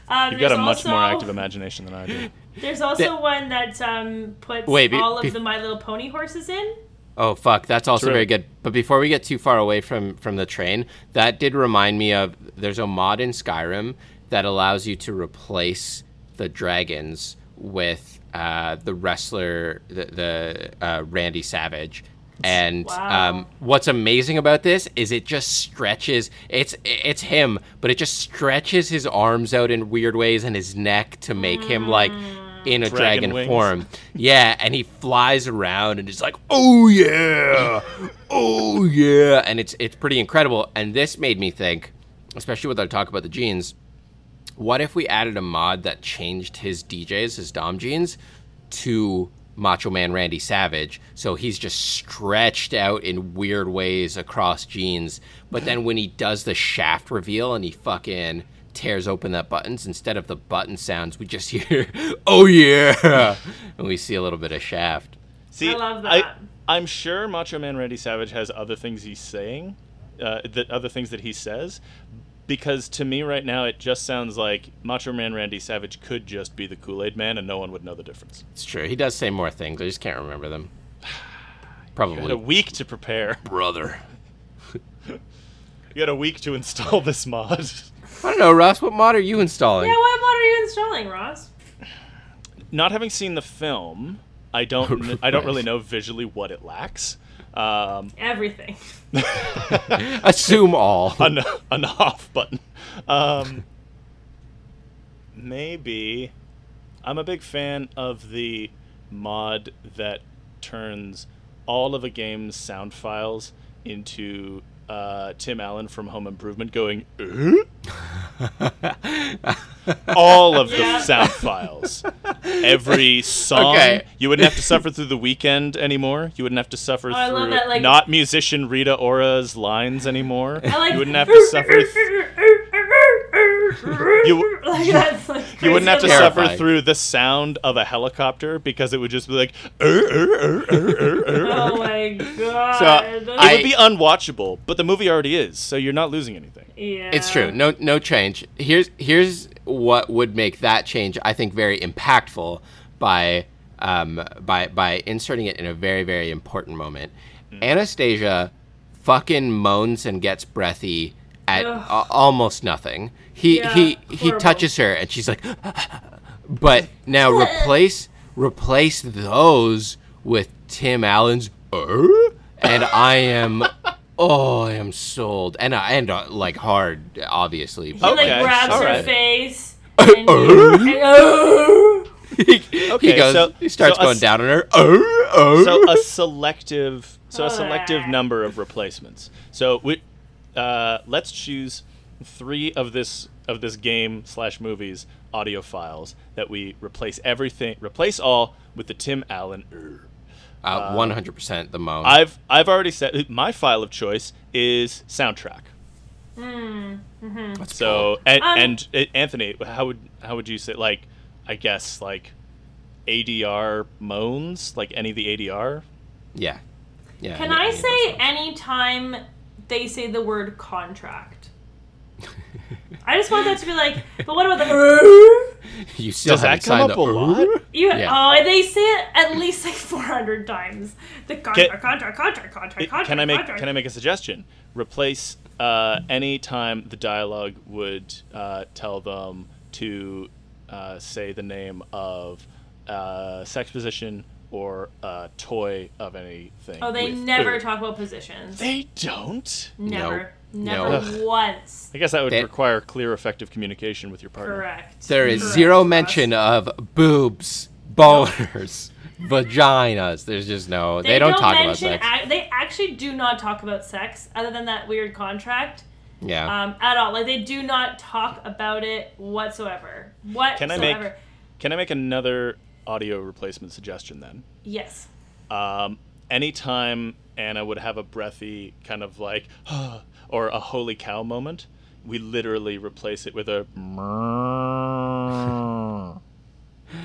Speaker 2: Um,
Speaker 3: You've got a
Speaker 2: there's
Speaker 3: much more
Speaker 2: also-
Speaker 3: active imagination than I do.
Speaker 2: There's also one that um, puts
Speaker 1: Wait, be-
Speaker 2: all of
Speaker 1: be-
Speaker 2: the My Little Pony horses in.
Speaker 1: Oh fuck, that's also
Speaker 3: True.
Speaker 1: very good. But before we get too far away from from the train, that did remind me of there's a mod in Skyrim that allows you to replace the dragons with uh, the wrestler, the, the uh, Randy Savage. And
Speaker 2: Wow.
Speaker 1: um, what's amazing about this is it just stretches. It's it's him, but it just stretches his arms out in weird ways and his neck to make him like in a
Speaker 3: Dragon
Speaker 1: dragon,
Speaker 3: wings.
Speaker 1: form. Yeah, and he flies around and is like, "Oh yeah, oh yeah," and it's it's pretty incredible. And this made me think, especially with our talk about the genes, what if we added a mod that changed his DJs, his Dom genes, to Macho Man Randy Savage? So he's just stretched out in weird ways across genes. But then when he does the shaft reveal and he fucking tears open that buttons, instead of the button sounds, we just (laughs) hear, oh yeah! (laughs) And we see a little bit of shaft.
Speaker 3: See,
Speaker 2: I love that.
Speaker 3: I, am sure Macho Man Randy Savage has other things he's saying, uh, the other things that he says, because to me right now it just sounds like Macho Man Randy Savage could just be the Kool Aid Man and no one would know the difference.
Speaker 1: It's true. He does say more things. I just can't remember
Speaker 3: (sighs)
Speaker 1: them.
Speaker 3: You had a
Speaker 1: Probably.
Speaker 3: week to prepare. (laughs)
Speaker 1: Brother.
Speaker 3: You had a week to install this mod.
Speaker 1: I don't know, Russ. What mod are you installing?
Speaker 2: Yeah, what mod are you installing, Ross?
Speaker 3: not having seen the film, I don't kn- I don't really know visually what it lacks. Um,
Speaker 2: Everything.
Speaker 1: Assume all.
Speaker 3: (laughs) an, an off button. Um, maybe I'm a big fan of the mod that turns all of a game's sound files into uh, Tim Allen from Home Improvement going "Uh?"
Speaker 2: (laughs)
Speaker 3: all of the
Speaker 2: Yeah.
Speaker 3: sound files,
Speaker 2: (laughs)
Speaker 3: every song.
Speaker 1: Okay.
Speaker 3: You wouldn't have to suffer through the weekend anymore. You wouldn't have to suffer
Speaker 2: Oh, I
Speaker 3: through
Speaker 2: love that, like-
Speaker 3: not musician Rita Ora's lines
Speaker 2: (laughs)
Speaker 3: anymore.
Speaker 2: I like.
Speaker 3: you wouldn't have to suffer. th- You-
Speaker 2: like, that's, like,
Speaker 3: you wouldn't have to
Speaker 2: crazy.
Speaker 1: Terrifying.
Speaker 3: suffer through the sound of a helicopter because it would just be like. "Er, er, er, er, er, er."
Speaker 2: (laughs) Oh my god.
Speaker 3: It
Speaker 1: I-
Speaker 3: would be unwatchable, but the movie already is, so you're not losing anything.
Speaker 2: yeah.
Speaker 1: It's true. No, no change. Here's here's what would make that change. I think very impactful by um, by by inserting it in a very very important moment.
Speaker 2: Mm.
Speaker 1: Anastasia fucking moans and gets breathy at
Speaker 2: Ugh.
Speaker 1: a- almost nothing. He
Speaker 2: Yeah,
Speaker 1: he he
Speaker 2: horrible.
Speaker 1: touches her and she's like, (laughs) but
Speaker 2: (laughs)
Speaker 1: now replace replace those with Tim Allen's "Uh," and I am oh I am sold and I and uh, like hard obviously
Speaker 2: He
Speaker 1: but
Speaker 2: like
Speaker 3: Okay,
Speaker 2: grabs her
Speaker 3: alright.
Speaker 2: face.
Speaker 1: Uh,
Speaker 2: And, and-
Speaker 1: (laughs) he,
Speaker 3: Okay,
Speaker 1: goes
Speaker 3: so-
Speaker 1: he starts
Speaker 3: so a
Speaker 1: going
Speaker 3: s-
Speaker 1: down on her "Uh, uh."
Speaker 2: (laughs)
Speaker 3: So a selective,
Speaker 2: Oh,
Speaker 3: so a selective
Speaker 2: Alright.
Speaker 3: number of replacements. So we, uh, let's choose three of this of this game slash movies audio files that we replace everything, replace all with the Tim Allen. "Er."
Speaker 1: uh, 100% the moan
Speaker 3: I've I've already said my file of choice is soundtrack.
Speaker 1: That's
Speaker 3: So and,
Speaker 2: Um,
Speaker 3: and uh, Anthony, how would how would you say like I guess like ADR moans like any of the ADR?
Speaker 1: cool. yeah yeah
Speaker 2: (laughs) Can
Speaker 1: any-
Speaker 2: I
Speaker 1: any of
Speaker 2: say
Speaker 1: those.
Speaker 2: anytime they say the word contract? I just want that to be like, but what about the (laughs)
Speaker 1: you still
Speaker 3: Does
Speaker 1: haven't
Speaker 3: that come
Speaker 1: signed
Speaker 3: up a
Speaker 1: the "Uh."
Speaker 3: lot?
Speaker 2: you,
Speaker 1: Yeah.
Speaker 2: oh they say it at least like four hundred times. The contract,
Speaker 3: Can-
Speaker 2: contract, contract, contract, contract.
Speaker 3: Can I make
Speaker 2: contract.
Speaker 3: can I make a suggestion? Replace uh, any time the dialogue would uh, tell them to uh, say the name of uh, sex position or a toy of anything.
Speaker 2: Oh, they
Speaker 3: with-
Speaker 2: never talk about positions.
Speaker 3: They don't.
Speaker 2: Never.
Speaker 1: No.
Speaker 2: Never once.
Speaker 3: I guess that would
Speaker 1: They-
Speaker 3: require clear, effective communication with your partner.
Speaker 2: Correct.
Speaker 1: There is
Speaker 2: Correct.
Speaker 1: zero
Speaker 2: Trust.
Speaker 1: mention of boobs, boners, (laughs) vaginas. There's just no. They, don't, talk about
Speaker 2: mention
Speaker 1: sex.
Speaker 2: ac- they actually do not talk about sex, other than that weird contract,
Speaker 1: yeah.
Speaker 2: um, at all. Like they do not talk about it whatsoever. Whatsoever.
Speaker 3: Can I make- Can I make another audio replacement suggestion then?
Speaker 2: Yes.
Speaker 3: Um, anytime Anna would have a breathy kind of like (gasps) or a holy cow moment, we literally replace it with a. (laughs)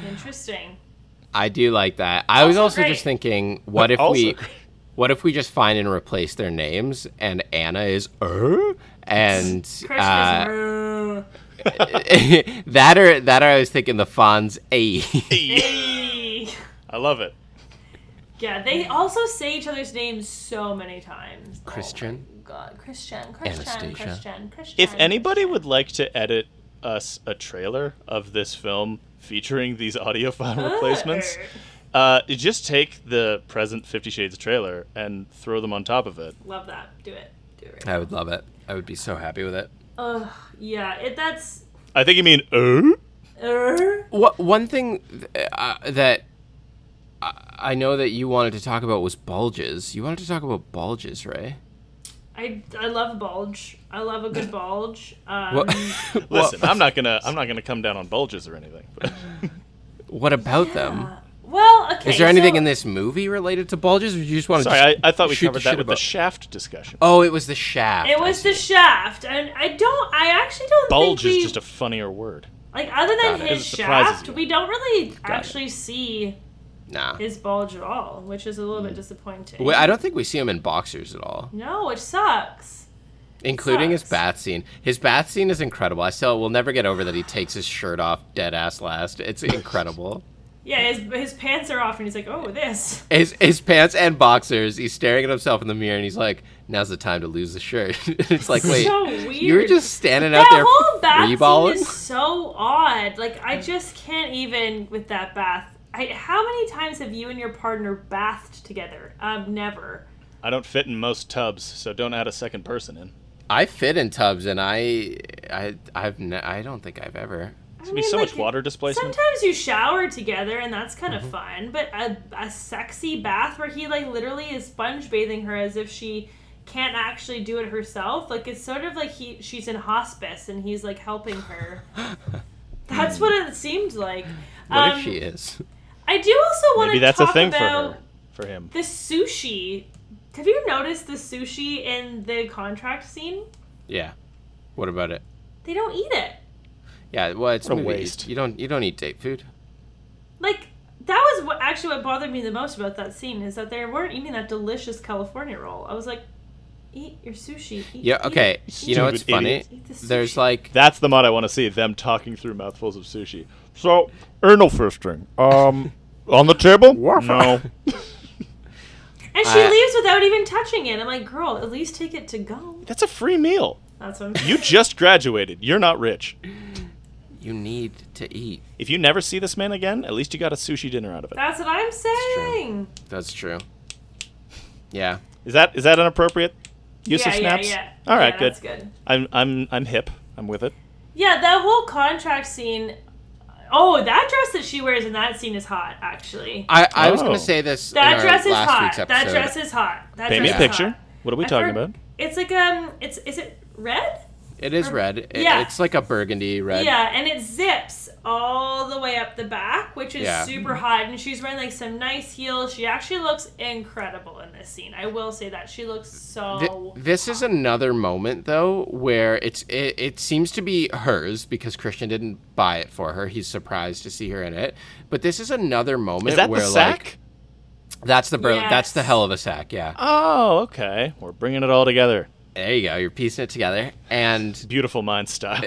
Speaker 2: Interesting.
Speaker 1: I do like that. I was also
Speaker 2: Also
Speaker 1: just
Speaker 2: great.
Speaker 1: thinking, what if
Speaker 3: Also
Speaker 1: we,
Speaker 3: great.
Speaker 1: what if we just find and replace their names, and Anna is er, and
Speaker 2: Christmas.
Speaker 1: uh,
Speaker 2: uh,
Speaker 1: (laughs) that or that or I was thinking the Fonz a. E.
Speaker 3: E.
Speaker 2: hey.
Speaker 3: I love it.
Speaker 2: yeah, they also say each other's names so many times. Oh
Speaker 1: Christian.
Speaker 2: my God, Christian, Christian,
Speaker 1: Anastasia.
Speaker 2: Christian, Christian.
Speaker 3: If anybody would like to edit us a trailer of this film featuring these audio file replacements,
Speaker 2: Ugh.
Speaker 3: uh, just take the present Fifty Shades trailer and throw them on top of it.
Speaker 2: Love that. Do it. Do it.
Speaker 1: I would love it. I would be so happy with it.
Speaker 2: Ugh. Yeah. It. That's.
Speaker 3: I think you mean. Uh?
Speaker 2: Uh,
Speaker 1: What one thing th- uh, that I, I know that you wanted to talk about was bulges. You wanted to talk about bulges, Ray.
Speaker 2: I, I love a bulge. I love a good bulge. Um,
Speaker 1: What?
Speaker 3: (laughs) Listen,
Speaker 1: what,
Speaker 3: I'm not gonna I'm not gonna come down on bulges or
Speaker 1: (laughs)
Speaker 3: anything.
Speaker 1: what about them?
Speaker 2: Well, okay.
Speaker 1: Is there anything
Speaker 2: so-
Speaker 1: in this movie related to bulges, or you just want to?
Speaker 3: Sorry, I, I thought we
Speaker 1: shoot
Speaker 3: covered
Speaker 1: the
Speaker 3: that
Speaker 1: shit
Speaker 3: with the
Speaker 1: about-
Speaker 3: shaft discussion.
Speaker 1: oh, it was the shaft.
Speaker 2: It
Speaker 1: I
Speaker 2: was the
Speaker 1: see.
Speaker 2: shaft, and I don't. I actually don't.
Speaker 3: Bulge
Speaker 2: think we,
Speaker 3: is just a funnier word.
Speaker 2: like other than
Speaker 1: Got it.
Speaker 2: his
Speaker 3: It surprises
Speaker 2: shaft,
Speaker 3: you.
Speaker 2: we don't really
Speaker 1: it.
Speaker 2: actually see
Speaker 1: nah.
Speaker 2: his bulge at all, which is a little
Speaker 3: Hmm.
Speaker 2: bit disappointing.
Speaker 1: Wait, I don't think we see him in boxers at all,
Speaker 2: no, which sucks.
Speaker 1: including his
Speaker 2: sucks.
Speaker 1: bath scene. His bath scene is incredible. I still will never get over that he takes his shirt off dead ass last.
Speaker 2: (laughs)
Speaker 1: It's incredible.
Speaker 2: Yeah, his, his pants are off, and he's like, "Oh, this." (laughs)
Speaker 1: his his pants and boxers. He's staring at himself in the mirror and he's like, "Now's the time to lose the shirt." (laughs) it's like, wait,
Speaker 2: so weird.
Speaker 1: you were just standing
Speaker 2: that
Speaker 1: out there
Speaker 2: whole
Speaker 1: for Were
Speaker 2: bath
Speaker 1: you
Speaker 2: scene
Speaker 1: ballin'?
Speaker 2: is so odd. Like I just can't even with that bath. I, how many times have you and your partner bathed together? Um, never.
Speaker 3: I don't fit in most tubs, so don't add a second person in.
Speaker 1: I fit in tubs, and I, I, I've, ne- I don't think I've ever.
Speaker 2: It's
Speaker 3: There'd be so much water displacement.
Speaker 2: Sometimes you shower together, and that's kind
Speaker 3: Mm-hmm.
Speaker 2: of fun. But a, a sexy bath where he like literally is sponge bathing her as if she can't actually do it herself. Like it's sort of like he she's in hospice and he's like helping
Speaker 3: (laughs)
Speaker 2: her. that's what it seemed like.
Speaker 1: What
Speaker 2: Um,
Speaker 1: if she is? (laughs)
Speaker 2: I do also want
Speaker 3: Maybe
Speaker 2: to
Speaker 3: that's a
Speaker 2: talk
Speaker 3: thing for
Speaker 2: about
Speaker 3: her, for him.
Speaker 2: the sushi. Have you noticed the sushi in the contract scene?
Speaker 1: Yeah. What about it?
Speaker 2: They don't eat it.
Speaker 1: Yeah. Well, it's
Speaker 3: What a
Speaker 1: movie.
Speaker 3: waste.
Speaker 1: You don't. You don't eat date food.
Speaker 2: Like that was what actually what bothered me the most about that scene is that they weren't eating that delicious California roll. I was like, eat your sushi. Eat,
Speaker 1: Yeah.
Speaker 2: eat
Speaker 1: Okay.
Speaker 2: it,
Speaker 1: you know
Speaker 3: Stupid
Speaker 1: what's funny?
Speaker 3: idiots.
Speaker 2: Eat the
Speaker 1: There's
Speaker 2: sushi.
Speaker 1: like
Speaker 3: That's the mod I want to see. Them talking through mouthfuls of sushi. So anal fisting.
Speaker 1: (laughs)
Speaker 3: Um, on the table? No.
Speaker 2: and she
Speaker 1: I-
Speaker 2: leaves without even touching it. I'm like, girl, at least take it to go.
Speaker 3: That's a free meal.
Speaker 2: That's what I'm (laughs)
Speaker 3: You just graduated. You're not rich.
Speaker 1: you need to eat.
Speaker 3: If you never see this man again, at least you got a sushi dinner out of it.
Speaker 2: That's what I'm
Speaker 1: true.
Speaker 2: saying.
Speaker 1: That's true. Yeah.
Speaker 3: Is that is that an appropriate use
Speaker 2: yeah,
Speaker 3: of snaps?
Speaker 2: yeah, yeah.
Speaker 3: All right,
Speaker 2: Yeah,
Speaker 3: good.
Speaker 2: That's good.
Speaker 3: I'm I'm I'm hip. I'm with it.
Speaker 2: Yeah, that whole contract scene. Oh, that dress that she wears in that scene is hot, actually.
Speaker 1: I, I was
Speaker 3: Oh.
Speaker 1: gonna say this. in
Speaker 2: That
Speaker 1: our
Speaker 2: dress is
Speaker 1: last
Speaker 2: hot.
Speaker 1: week's
Speaker 2: That
Speaker 1: episode.
Speaker 2: dress is hot. That
Speaker 3: Paint me
Speaker 2: dress
Speaker 3: a
Speaker 2: is
Speaker 3: picture.
Speaker 2: hot.
Speaker 3: What are we
Speaker 2: I
Speaker 3: talking
Speaker 2: for-
Speaker 3: about?
Speaker 2: It's like um, it's is it red?
Speaker 1: It is red. It-
Speaker 2: er, Yeah.
Speaker 1: It's like a burgundy red.
Speaker 2: Yeah, and it zips all the way up the back, which is
Speaker 1: Yeah.
Speaker 2: super hot. And she's wearing like some nice heels. She actually looks incredible in this scene. I will say that she looks so.
Speaker 1: Th- this is another moment though where it's it, it seems to be hers because Christian didn't buy it for her. He's surprised to see her in it. But this is another moment
Speaker 3: Is that
Speaker 1: where
Speaker 3: the sack?
Speaker 1: like that's the bur- that's the
Speaker 2: Yes.
Speaker 1: hell of a sack. Yeah,
Speaker 3: oh, okay. We're bringing it all together.
Speaker 1: there you go. You're piecing it together, and
Speaker 3: Beautiful mind style.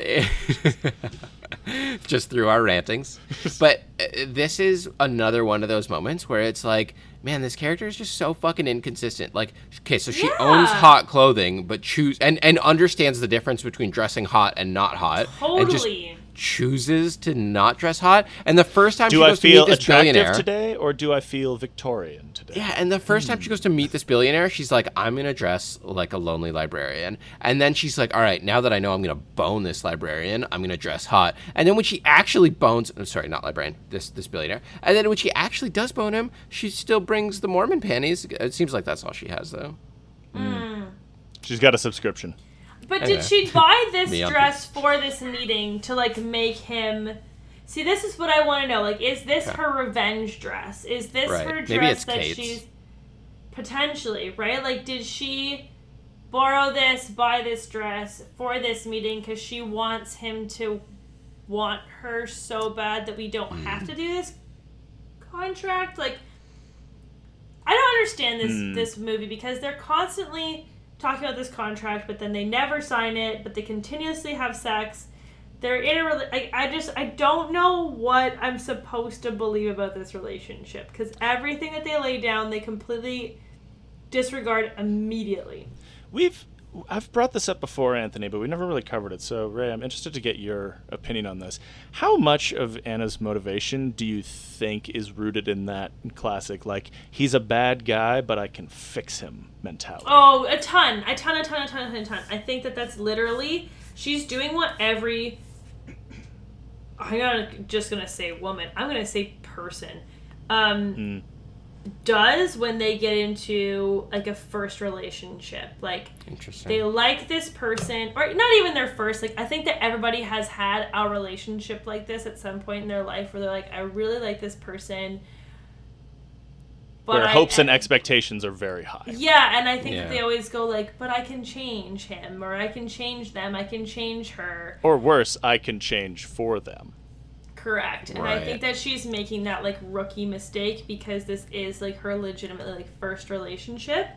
Speaker 1: (laughs) just through our rantings. But uh, this is another one of those moments where it's like, man, this character is just so fucking inconsistent. Like, okay, so she
Speaker 2: Yeah.
Speaker 1: owns hot clothing, but choose and and understands the difference between dressing hot and not hot, and just
Speaker 2: Totally.
Speaker 1: chooses to not dress hot. And the first time she
Speaker 3: Do I
Speaker 1: goes to meet
Speaker 3: feel
Speaker 1: this billionaire,
Speaker 3: attractive today or do I feel Victorian today?
Speaker 1: yeah, and the first time she goes to meet this billionaire, she's like, I'm going to dress like a lonely librarian. And then she's like, all right, now that I know I'm going to bone this librarian, I'm going to dress hot. And then when she actually bones, I'm sorry, not librarian, this this billionaire. And then when she actually does bone him, she still brings the Mormon panties. It seems like that's all she has, though.
Speaker 3: She's got a subscription.
Speaker 2: But
Speaker 1: Yeah.
Speaker 2: did she
Speaker 1: (laughs)
Speaker 2: buy this
Speaker 1: Me on
Speaker 2: dress for this meeting to like make him? See, this is what I want to know. Like, is this
Speaker 1: Okay.
Speaker 2: her revenge dress? Is this
Speaker 1: Right.
Speaker 2: her dress
Speaker 1: Maybe it's
Speaker 2: that
Speaker 1: Kate's.
Speaker 2: she's potentially right? Like, did she borrow this, buy this dress for this meeting because she wants him to want her so bad that we don't
Speaker 1: Mm.
Speaker 2: have to do this contract? Like, I don't understand this
Speaker 1: Mm.
Speaker 3: Hmm.
Speaker 2: this movie because they're constantly talking about this contract, but then they never sign it, but they continuously have sex. They're in a rela- I, I just I don't know what I'm supposed to believe about this relationship because everything that they lay down they completely disregard immediately.
Speaker 3: We've I've brought this up before, Anthony, but we never really covered it. So, Ray, I'm interested to get your opinion on this. How much of Anna's motivation do you think is rooted in that classic, like he's a bad guy, but I can fix him mentality?
Speaker 2: Oh, a ton, a ton, a ton, a ton, a ton, a ton. I think that that's literally she's doing what every. I'm not just gonna say woman. I'm gonna say person. Um,
Speaker 3: Mm.
Speaker 2: Does when they get into like a first relationship, like
Speaker 1: Interesting.
Speaker 2: they like this person, or not even their first. Like I think that everybody has had a relationship like this at some point in their life, where they're like, I really like this person.
Speaker 3: Where
Speaker 2: I-
Speaker 3: hopes and expectations are very high.
Speaker 2: yeah, and I think
Speaker 1: Yeah.
Speaker 2: that they always go like, "But I can change him, or I can change them, I can change her."
Speaker 3: Or worse, I can change for them.
Speaker 2: Correct. And I
Speaker 1: Right.
Speaker 2: think that she's making that like rookie mistake because this is like her legitimately like first relationship,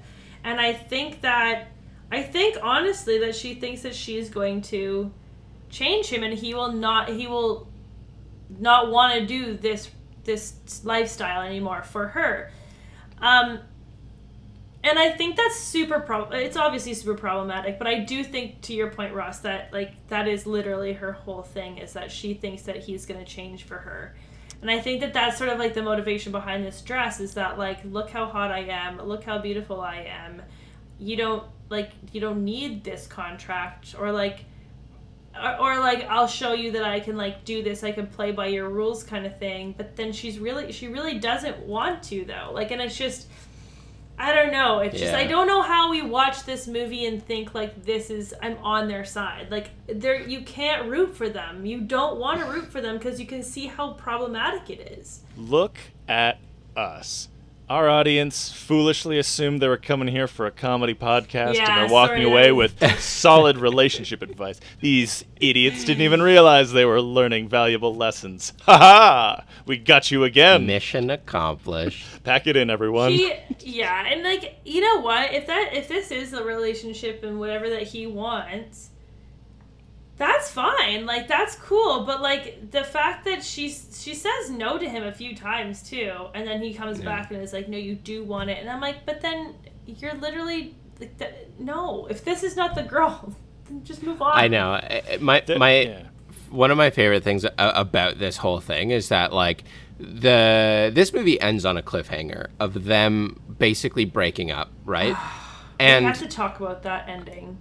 Speaker 2: and I think that I think honestly that she thinks that she's going to change him, and he will not. He will not want to do this this lifestyle anymore for her. Um, And I think that's super prob it's obviously super problematic, but I do think to your point, Ross, that like that is literally her whole thing is that she thinks that he's going to change for her. And I think that that's sort of like the motivation behind this dress is that like look how hot I am, look how beautiful I am. You don't like you don't need this contract or like or, or like I'll show you that I can like do this, I can play by your rules kind of thing. But then she's really she really doesn't want to though. Like and it's just I don't know. It's just
Speaker 1: Yeah.
Speaker 2: I don't know how we watch this movie and think like this is I'm on their side. Like there you can't root for them. You don't want to root for them because you can see how problematic it is.
Speaker 3: Look at us. Our audience foolishly assumed they were coming here for a comedy podcast
Speaker 2: Yeah,
Speaker 3: and they're walking
Speaker 2: sorry,
Speaker 3: away
Speaker 2: guys.
Speaker 3: with solid relationship (laughs) advice. These idiots didn't even realize they were learning valuable lessons. (laughs) Ha ha! We got you again.
Speaker 1: Mission accomplished.
Speaker 3: Pack it in, everyone.
Speaker 2: He, yeah, and like you know what? If that if this is the relationship and whatever that he wants, that's fine. Like that's cool. But like the fact that she's she says no to him a few times too, and then he comes
Speaker 1: Yeah.
Speaker 2: back and is like, "No, you do want it," and I'm like, "But then you're literally like, th- no. If this is not the girl, (laughs) then just move on."
Speaker 1: I know. I- I- My
Speaker 3: Th-
Speaker 1: my
Speaker 3: yeah.
Speaker 1: one of my favorite things a- about this whole thing is that like the this movie ends on a cliffhanger of them basically breaking up,
Speaker 2: (sighs)
Speaker 1: right?
Speaker 2: We
Speaker 1: And
Speaker 2: have to talk about that ending.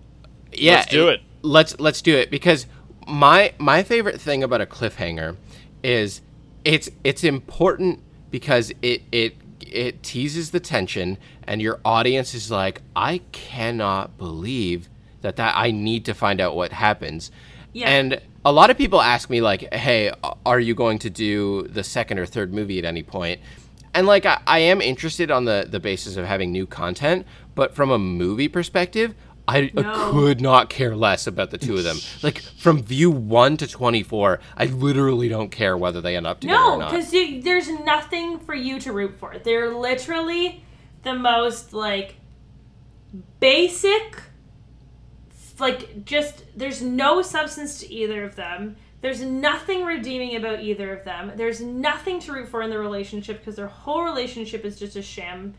Speaker 1: yeah,
Speaker 3: Let's do it.
Speaker 1: Let's let's do it because my my favorite thing about a cliffhanger is it's it's important because it it it teases the tension and your audience is like I cannot believe that that I need to find out what happens.
Speaker 2: Yeah.
Speaker 1: And a lot of people ask me like, "Hey, a- are you going to do the second or third movie at any point?" And like, I, I am interested on the the basis of having new content, but from a movie perspective, I
Speaker 2: No.
Speaker 1: could not care less about the two of them. like from view one to twenty four, I literally don't care whether they end up together or
Speaker 2: No,
Speaker 1: not.
Speaker 2: because there's nothing for you to root for. They're literally the most like basic, like just there's no substance to either of them. There's nothing redeeming about either of them. There's nothing to root for in the relationship because their whole relationship is just a sham.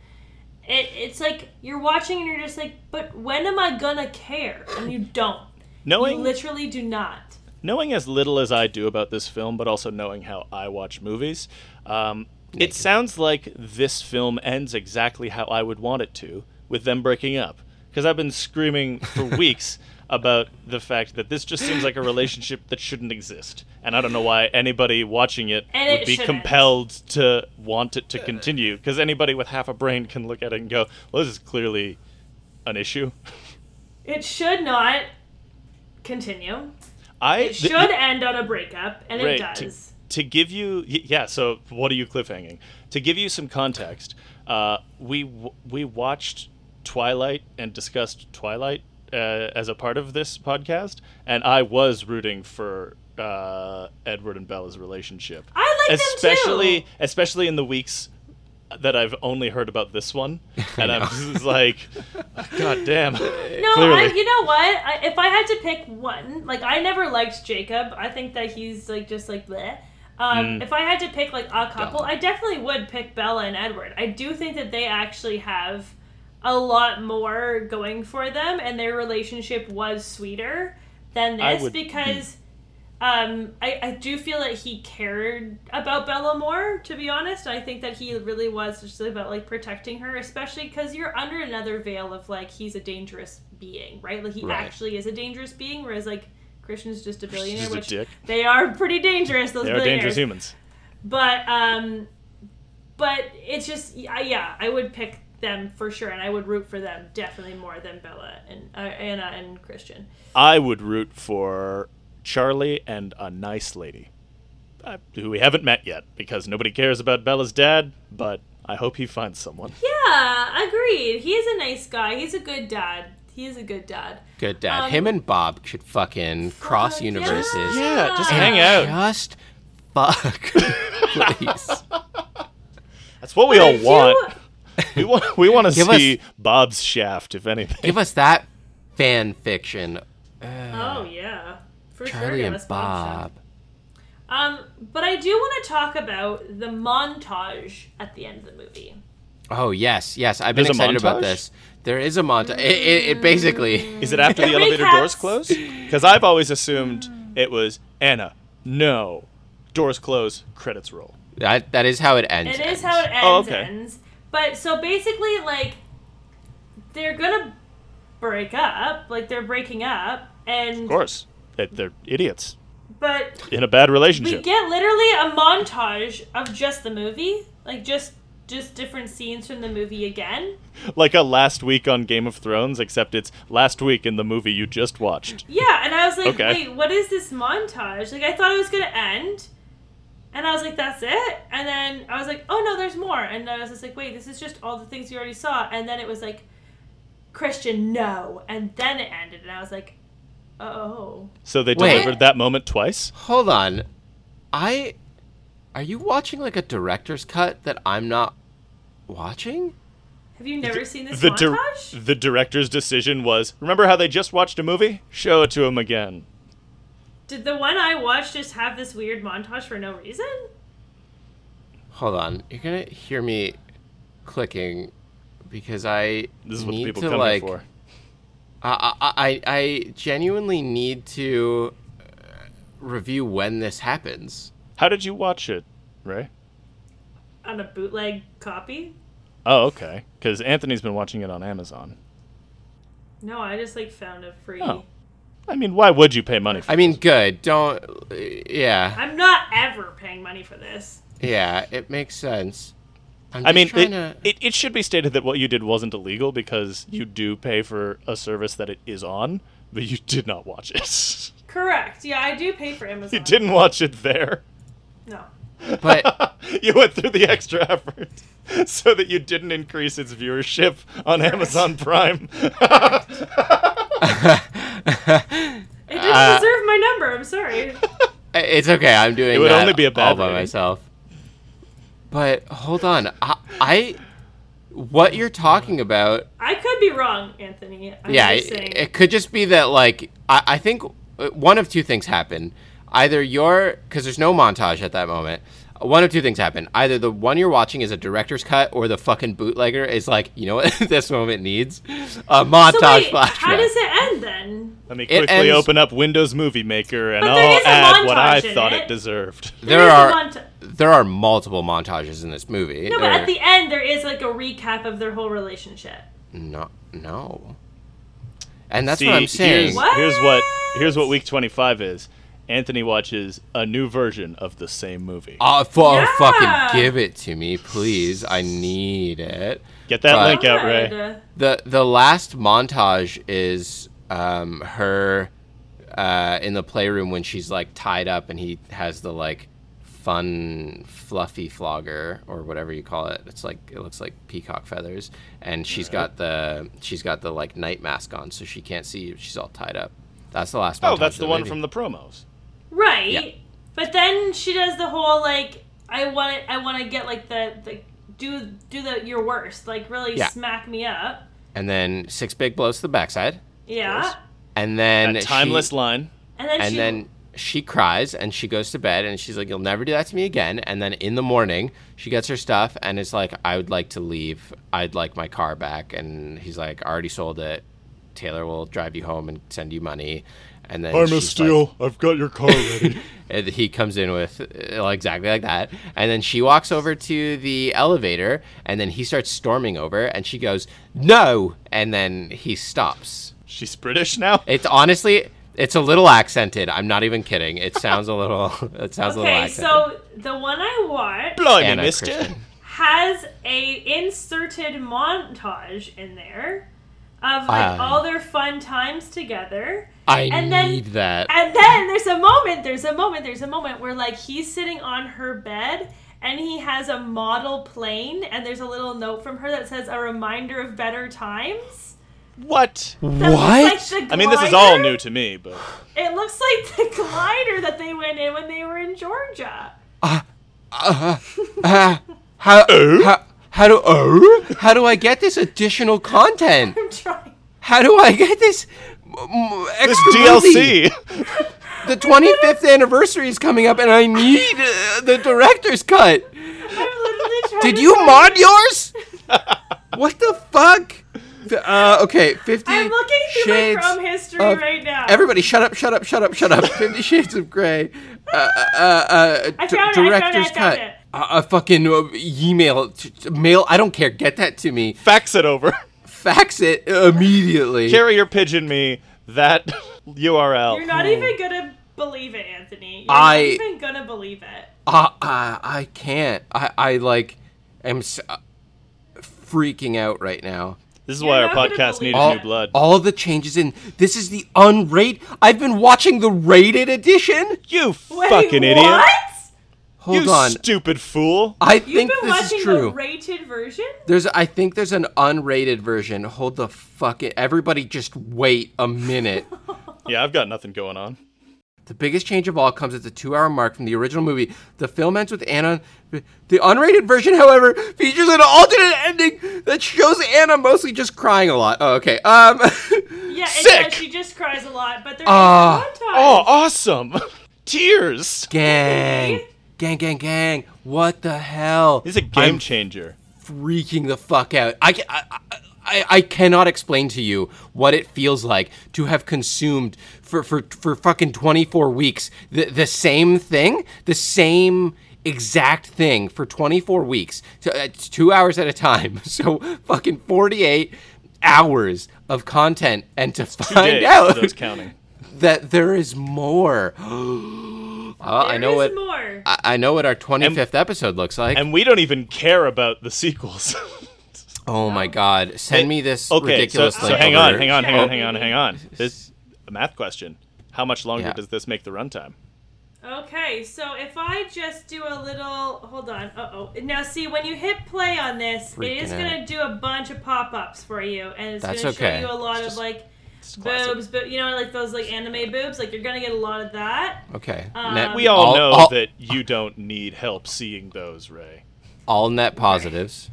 Speaker 2: It, it's like you're watching and you're just like, but when am I gonna care? And you don't. You
Speaker 3: Knowing
Speaker 2: literally do not.
Speaker 3: knowing as little as I do about this film, but also knowing how I watch movies, um, it sounds like this film ends exactly how I would want it to, with them breaking up. Because I've been screaming for weeks about the fact that this just seems like a relationship that shouldn't exist, and I don't know why anybody watching it
Speaker 2: And
Speaker 3: would
Speaker 2: it
Speaker 3: be
Speaker 2: shouldn't. Uh.
Speaker 3: compelled to want it to continue. Because anybody with half a brain can look at it and go, "Well, this is clearly an issue."
Speaker 2: It should not continue.
Speaker 3: I
Speaker 2: It should
Speaker 3: th-
Speaker 2: end on a breakup, and it
Speaker 3: Right, to-
Speaker 2: does.
Speaker 3: To, give you, y- yeah. So what are you cliffhanging? To give you some context, uh, we w- we watched Twilight and discussed Twilight uh, as a part of this podcast, and I was rooting for uh, Edward and Bella's relationship,
Speaker 2: I like
Speaker 3: especially
Speaker 2: them too.
Speaker 3: especially in the weeks that I've only heard about this one, and I'm just like, God damn.
Speaker 2: No, I,
Speaker 3: clearly.
Speaker 2: you know what? I, if I had to pick one, like I never liked Jacob. I think that he's like just like bleh.
Speaker 3: Mm.
Speaker 2: Um, If I had to pick like a couple, I definitely would pick Bella and Edward. I do think that they actually have a lot more going for them, and their relationship was sweeter than
Speaker 3: I
Speaker 2: this
Speaker 3: would-
Speaker 2: because um, I, I do feel that he cared about Bella more, to be honest. I think that he really was just about like protecting her, especially because you're under another veil of like he's a dangerous being, right? Like he
Speaker 1: Right.
Speaker 2: actually is a dangerous being, whereas like Christian's just a billionaire,
Speaker 3: Just a
Speaker 2: which
Speaker 3: dick.
Speaker 2: they are pretty dangerous. Those
Speaker 3: They are dangerous
Speaker 2: billionaires
Speaker 3: humans.
Speaker 2: but um but it's just yeah, yeah i would pick them for sure and i would root for them definitely more than bella and uh, anna and christian
Speaker 3: I would root for Charlie and a nice lady, uh, who we haven't met yet because nobody cares about Bella's dad. But I hope he finds someone.
Speaker 2: yeah agreed he is a nice guy he's a good dad he is a good dad
Speaker 1: Good dad.
Speaker 2: Um,
Speaker 1: Him and Bob should fucking cross
Speaker 2: Fuck
Speaker 1: universes.
Speaker 3: Yeah, just
Speaker 1: and
Speaker 3: hang out.
Speaker 1: Just fuck, (laughs) please.
Speaker 3: That's what we all
Speaker 2: But I
Speaker 3: want.
Speaker 2: do-
Speaker 3: We want (laughs) we want to
Speaker 1: Give us-
Speaker 3: see Bob's shaft, if anything.
Speaker 1: Give us that fan fiction.
Speaker 2: oh yeah for sure
Speaker 1: Charlie
Speaker 2: give
Speaker 1: and
Speaker 2: us option.
Speaker 1: Bob.
Speaker 2: um but i do want to talk about the montage at the end of the movie
Speaker 1: Oh yes, yes. I've been
Speaker 3: There's a
Speaker 1: excited about this.
Speaker 3: montage?
Speaker 1: There is a montage. It, it, it
Speaker 2: Mm.
Speaker 1: basically.
Speaker 3: (laughs) Is it after (laughs) the elevator
Speaker 2: Recaps.
Speaker 3: doors close? Because I've always assumed it was Anna. No, doors close. Credits roll.
Speaker 1: That that is how it ends.
Speaker 2: It is
Speaker 1: ends.
Speaker 2: how it ends.
Speaker 3: Oh, okay.
Speaker 2: ends. But so basically, like, they're gonna break up. Like they're breaking up, and
Speaker 3: Of course, That they're idiots
Speaker 2: but
Speaker 3: in a bad
Speaker 2: we
Speaker 3: relationship.
Speaker 2: get literally a montage of just the movie, like just just different scenes from the movie again.
Speaker 3: Like a last week on Game of Thrones, except it's last week in the movie you just watched.
Speaker 2: Yeah, and I was like,
Speaker 3: Okay.
Speaker 2: wait, what is this montage? Like, I thought it was gonna end, and I was like, that's it. And then I was like, oh no, there's more. And I was just like, wait, this is just all the things we already saw. And then it was like, Christian, no. And then it ended, and I was like, oh,
Speaker 3: So they
Speaker 1: Wait.
Speaker 3: delivered that moment twice.
Speaker 1: Hold on, I. Are you watching like a director's cut that I'm not watching?
Speaker 2: have you never seen this
Speaker 3: The, dir-
Speaker 2: montage?
Speaker 3: the director's decision was remember how they just watched a movie? Show it to them again.
Speaker 2: Did the one I watched just have this weird montage for no reason?
Speaker 1: Hold on. You're gonna hear me clicking because I
Speaker 3: This is what the
Speaker 1: need
Speaker 3: people
Speaker 1: to
Speaker 3: come
Speaker 1: like.
Speaker 3: here for.
Speaker 1: I, I I I genuinely need to uh, review when this happens.
Speaker 3: How did you watch it, Ray?
Speaker 2: On a bootleg copy?
Speaker 3: Oh, okay. Because Anthony's been watching it on Amazon.
Speaker 2: No, I just like found a free.
Speaker 3: Oh. I mean, why would you pay money for
Speaker 1: I mean, good. Don't. uh, Yeah,
Speaker 2: I'm not ever paying money for this.
Speaker 1: yeah. It makes sense. I'm
Speaker 3: I mean,
Speaker 1: just
Speaker 3: it,
Speaker 1: trying to.
Speaker 3: it, it should be stated that what you did wasn't illegal because you do pay for a service that it is on, but you did not watch it. (laughs)
Speaker 2: Correct. Yeah, I do pay for Amazon.
Speaker 3: you didn't watch it there.
Speaker 2: No.
Speaker 3: (laughs)
Speaker 1: But (laughs)
Speaker 3: you went through the extra effort (laughs) so that you didn't increase its viewership on
Speaker 2: (laughs)
Speaker 3: Amazon Prime.
Speaker 2: It didn't
Speaker 1: Uh,
Speaker 2: deserve my number. I'm sorry.
Speaker 1: It's okay. I'm doing.
Speaker 3: It would
Speaker 1: that
Speaker 3: only be a bad
Speaker 1: all by
Speaker 3: rating.
Speaker 1: myself. But hold on, I, I what you're talking about?
Speaker 2: I could be wrong, Anthony. I'm
Speaker 1: yeah,
Speaker 2: just
Speaker 1: it,
Speaker 2: saying.
Speaker 1: it could just be that like I, I think uh, one of two things happen. Either your because there's no montage at that moment. One of two things happen. Either the one you're watching is a director's cut, or the fucking bootlegger is like, you know what, (laughs) this moment needs a montage
Speaker 2: so wait,
Speaker 1: flashback.
Speaker 2: how does it end then?
Speaker 3: Let me
Speaker 1: It ends-
Speaker 3: quickly open up Windows Movie Maker and
Speaker 2: But
Speaker 3: I'll
Speaker 2: there is a
Speaker 3: add what
Speaker 2: montage
Speaker 3: I
Speaker 2: in
Speaker 3: thought
Speaker 2: it.
Speaker 3: it deserved.
Speaker 1: there
Speaker 2: is a
Speaker 1: are
Speaker 2: monta-
Speaker 1: there are multiple montages in this movie.
Speaker 2: No, but
Speaker 1: There-
Speaker 2: at the end there is like a recap of their whole relationship.
Speaker 1: No, no. And that's
Speaker 3: See,
Speaker 1: what I'm saying.
Speaker 3: Here's what? here's what here's what week 25 is. Anthony watches a new version of the same movie.
Speaker 1: Oh, fu- oh,
Speaker 2: Yeah.
Speaker 1: fucking give it to me, please. I need it.
Speaker 3: Get that
Speaker 1: but-
Speaker 3: link out, Ray.
Speaker 2: Good.
Speaker 1: the The last montage is um, her uh, in the playroom when she's like tied up, and he has the like fun fluffy flogger or whatever you call it. It's like it looks like peacock feathers, and she's got the she's got the like night mask on, so she can't see you. She's all tied up. That's the last.
Speaker 3: Oh,
Speaker 1: montage
Speaker 3: that's
Speaker 1: of
Speaker 3: the one
Speaker 1: movie.
Speaker 3: from the promos.
Speaker 2: Right.
Speaker 1: Yeah.
Speaker 2: But then she does the whole like I want I want to get like the the do do the your worst like really
Speaker 1: Yeah.
Speaker 2: smack me up.
Speaker 1: and then six big blows to the backside,
Speaker 2: Yeah.
Speaker 3: course.
Speaker 1: and then
Speaker 3: That timeless
Speaker 1: she,
Speaker 3: line.
Speaker 2: And then
Speaker 1: and
Speaker 2: she
Speaker 1: then she cries and she goes to bed and she's like, "You'll never do that to me again." And then in the morning, she gets her stuff and is like, "I would like to leave. I'd like my car back." And he's like, "I already sold it. Taylor will drive you home and send you money." And then she's like-
Speaker 3: I've got your car ready.
Speaker 1: and he comes in with uh, like, exactly like that and then she walks over to the elevator and then he starts storming over and she goes no and then he stops
Speaker 3: (laughs) She's British now.
Speaker 1: It's honestly, it's a little accented. I'm not even kidding. It sounds a little. (laughs) It sounds a little
Speaker 2: Okay,
Speaker 1: accented.
Speaker 2: so the one I watched
Speaker 3: Blimey,
Speaker 1: Anna
Speaker 3: mister.
Speaker 1: Christian.
Speaker 2: has a inserted montage in there of
Speaker 1: Ah.
Speaker 2: like all their fun times together.
Speaker 1: I
Speaker 2: and then-
Speaker 1: need that.
Speaker 2: And then there's a moment, there's a moment, there's a moment where like he's sitting on her bed and he has a model plane and there's a little note from her that says a reminder of better times.
Speaker 3: What?
Speaker 2: That looks
Speaker 1: What?
Speaker 2: like the
Speaker 3: I mean, this is all
Speaker 2: glider-
Speaker 3: new to
Speaker 2: (sighs)
Speaker 3: me, but
Speaker 2: It looks like the (laughs) glider that they went in when they were in Georgia.
Speaker 1: Ah, how, how how do oh, how do I get this additional content?
Speaker 2: I'm trying.
Speaker 1: How do I get this? m- m-
Speaker 3: this
Speaker 1: extra movie?
Speaker 3: DLC. (laughs)
Speaker 1: The 25th anniversary is coming up, and I need uh, the director's cut.
Speaker 2: I'm literally trying
Speaker 1: Did
Speaker 2: to
Speaker 1: you
Speaker 2: find-
Speaker 1: mod yours? What the fuck? Uh, okay, 50
Speaker 2: I'm looking through
Speaker 1: shades
Speaker 2: my Chrome history
Speaker 1: of-
Speaker 2: right now.
Speaker 1: Everybody, shut up, shut up, shut up, shut
Speaker 2: (laughs)
Speaker 1: up. 50 Shades of Grey. Uh, uh, uh,
Speaker 2: I
Speaker 1: d-
Speaker 2: found it, I found it, I
Speaker 1: director's cut.
Speaker 2: found it.
Speaker 1: A a fucking uh, email, t- t- mail. I don't care. Get that to me.
Speaker 3: Fax it over.
Speaker 1: Fax it immediately.
Speaker 3: Carrier pigeon me that (laughs) URL.
Speaker 2: You're not even gonna believe it, Anthony. You're
Speaker 1: I-
Speaker 2: not even gonna believe it.
Speaker 1: uh, I, I can't. I, I like am s- uh, freaking out right now.
Speaker 3: this is
Speaker 2: You're
Speaker 3: why
Speaker 2: not
Speaker 3: our
Speaker 2: gonna
Speaker 3: podcast
Speaker 2: believe
Speaker 3: needed
Speaker 2: it.
Speaker 3: new blood.
Speaker 1: All the changes in this is the unrated. I've been watching the rated edition.
Speaker 3: you
Speaker 2: Wait,
Speaker 3: fucking idiot.
Speaker 2: What?
Speaker 1: Hold
Speaker 3: you
Speaker 1: on. Uh,
Speaker 3: stupid fool.
Speaker 1: I
Speaker 2: You've
Speaker 1: think
Speaker 2: been
Speaker 1: this
Speaker 2: watching
Speaker 1: is true.
Speaker 2: the rated version?
Speaker 1: There's I think there's an unrated version. Hold the fuck it. Everybody just wait a minute.
Speaker 3: Yeah, I've got nothing going on.
Speaker 1: The biggest change of all comes at the two hour mark from the original movie. The film ends with Anna. The unrated version, however, features an alternate ending that shows Anna mostly just crying a lot. Oh, okay. Um, (laughs)
Speaker 2: Yeah, and
Speaker 3: Sick.
Speaker 2: yeah, she just cries a lot, but there is
Speaker 1: Ah.
Speaker 2: one time.
Speaker 3: Oh, awesome. (laughs) Tears.
Speaker 1: gang. Gang, gang, gang. What the hell?
Speaker 3: He's a game
Speaker 1: I'm
Speaker 3: changer.
Speaker 1: freaking the fuck out. I, ca- I, I, I cannot explain to you what it feels like to have consumed for, for, for fucking 24 weeks the, the same thing, the same exact thing for 24 weeks. So it's two hours at a time. (laughs) So fucking 48 hours of content and to find
Speaker 3: Days,
Speaker 1: out
Speaker 3: Those counting.
Speaker 1: that there is more. (gasps) Oh, I
Speaker 2: There
Speaker 1: know
Speaker 2: is
Speaker 1: what
Speaker 2: more.
Speaker 1: I I know what our 25th episode looks like.
Speaker 3: And we don't even care about the sequels. (laughs)
Speaker 1: Oh my god. Send me this
Speaker 3: okay, so,
Speaker 1: ridiculous
Speaker 3: so
Speaker 1: link
Speaker 3: hang
Speaker 1: over-
Speaker 3: on, hang on, hang
Speaker 2: Oh.
Speaker 3: on, hang on, hang on. This a math question. How much longer
Speaker 1: Yeah.
Speaker 3: does this make the runtime?
Speaker 2: Okay, so if I just do a little, hold on. Uh oh. Now, see, when you hit play on this,
Speaker 1: Freaking
Speaker 2: it is going to do a bunch of pop ups for you, and it's going
Speaker 1: That's
Speaker 2: to
Speaker 1: okay.
Speaker 2: show you a lot
Speaker 3: It's
Speaker 2: of
Speaker 3: just-
Speaker 2: like
Speaker 3: It's classic.
Speaker 2: boobs, but you know, like those like anime boobs. Like you're going to get a lot of that.
Speaker 1: Okay.
Speaker 2: Um,
Speaker 1: net,
Speaker 3: We all
Speaker 1: all
Speaker 3: know
Speaker 1: all,
Speaker 3: that you don't need help seeing those, Ray.
Speaker 1: all net positives.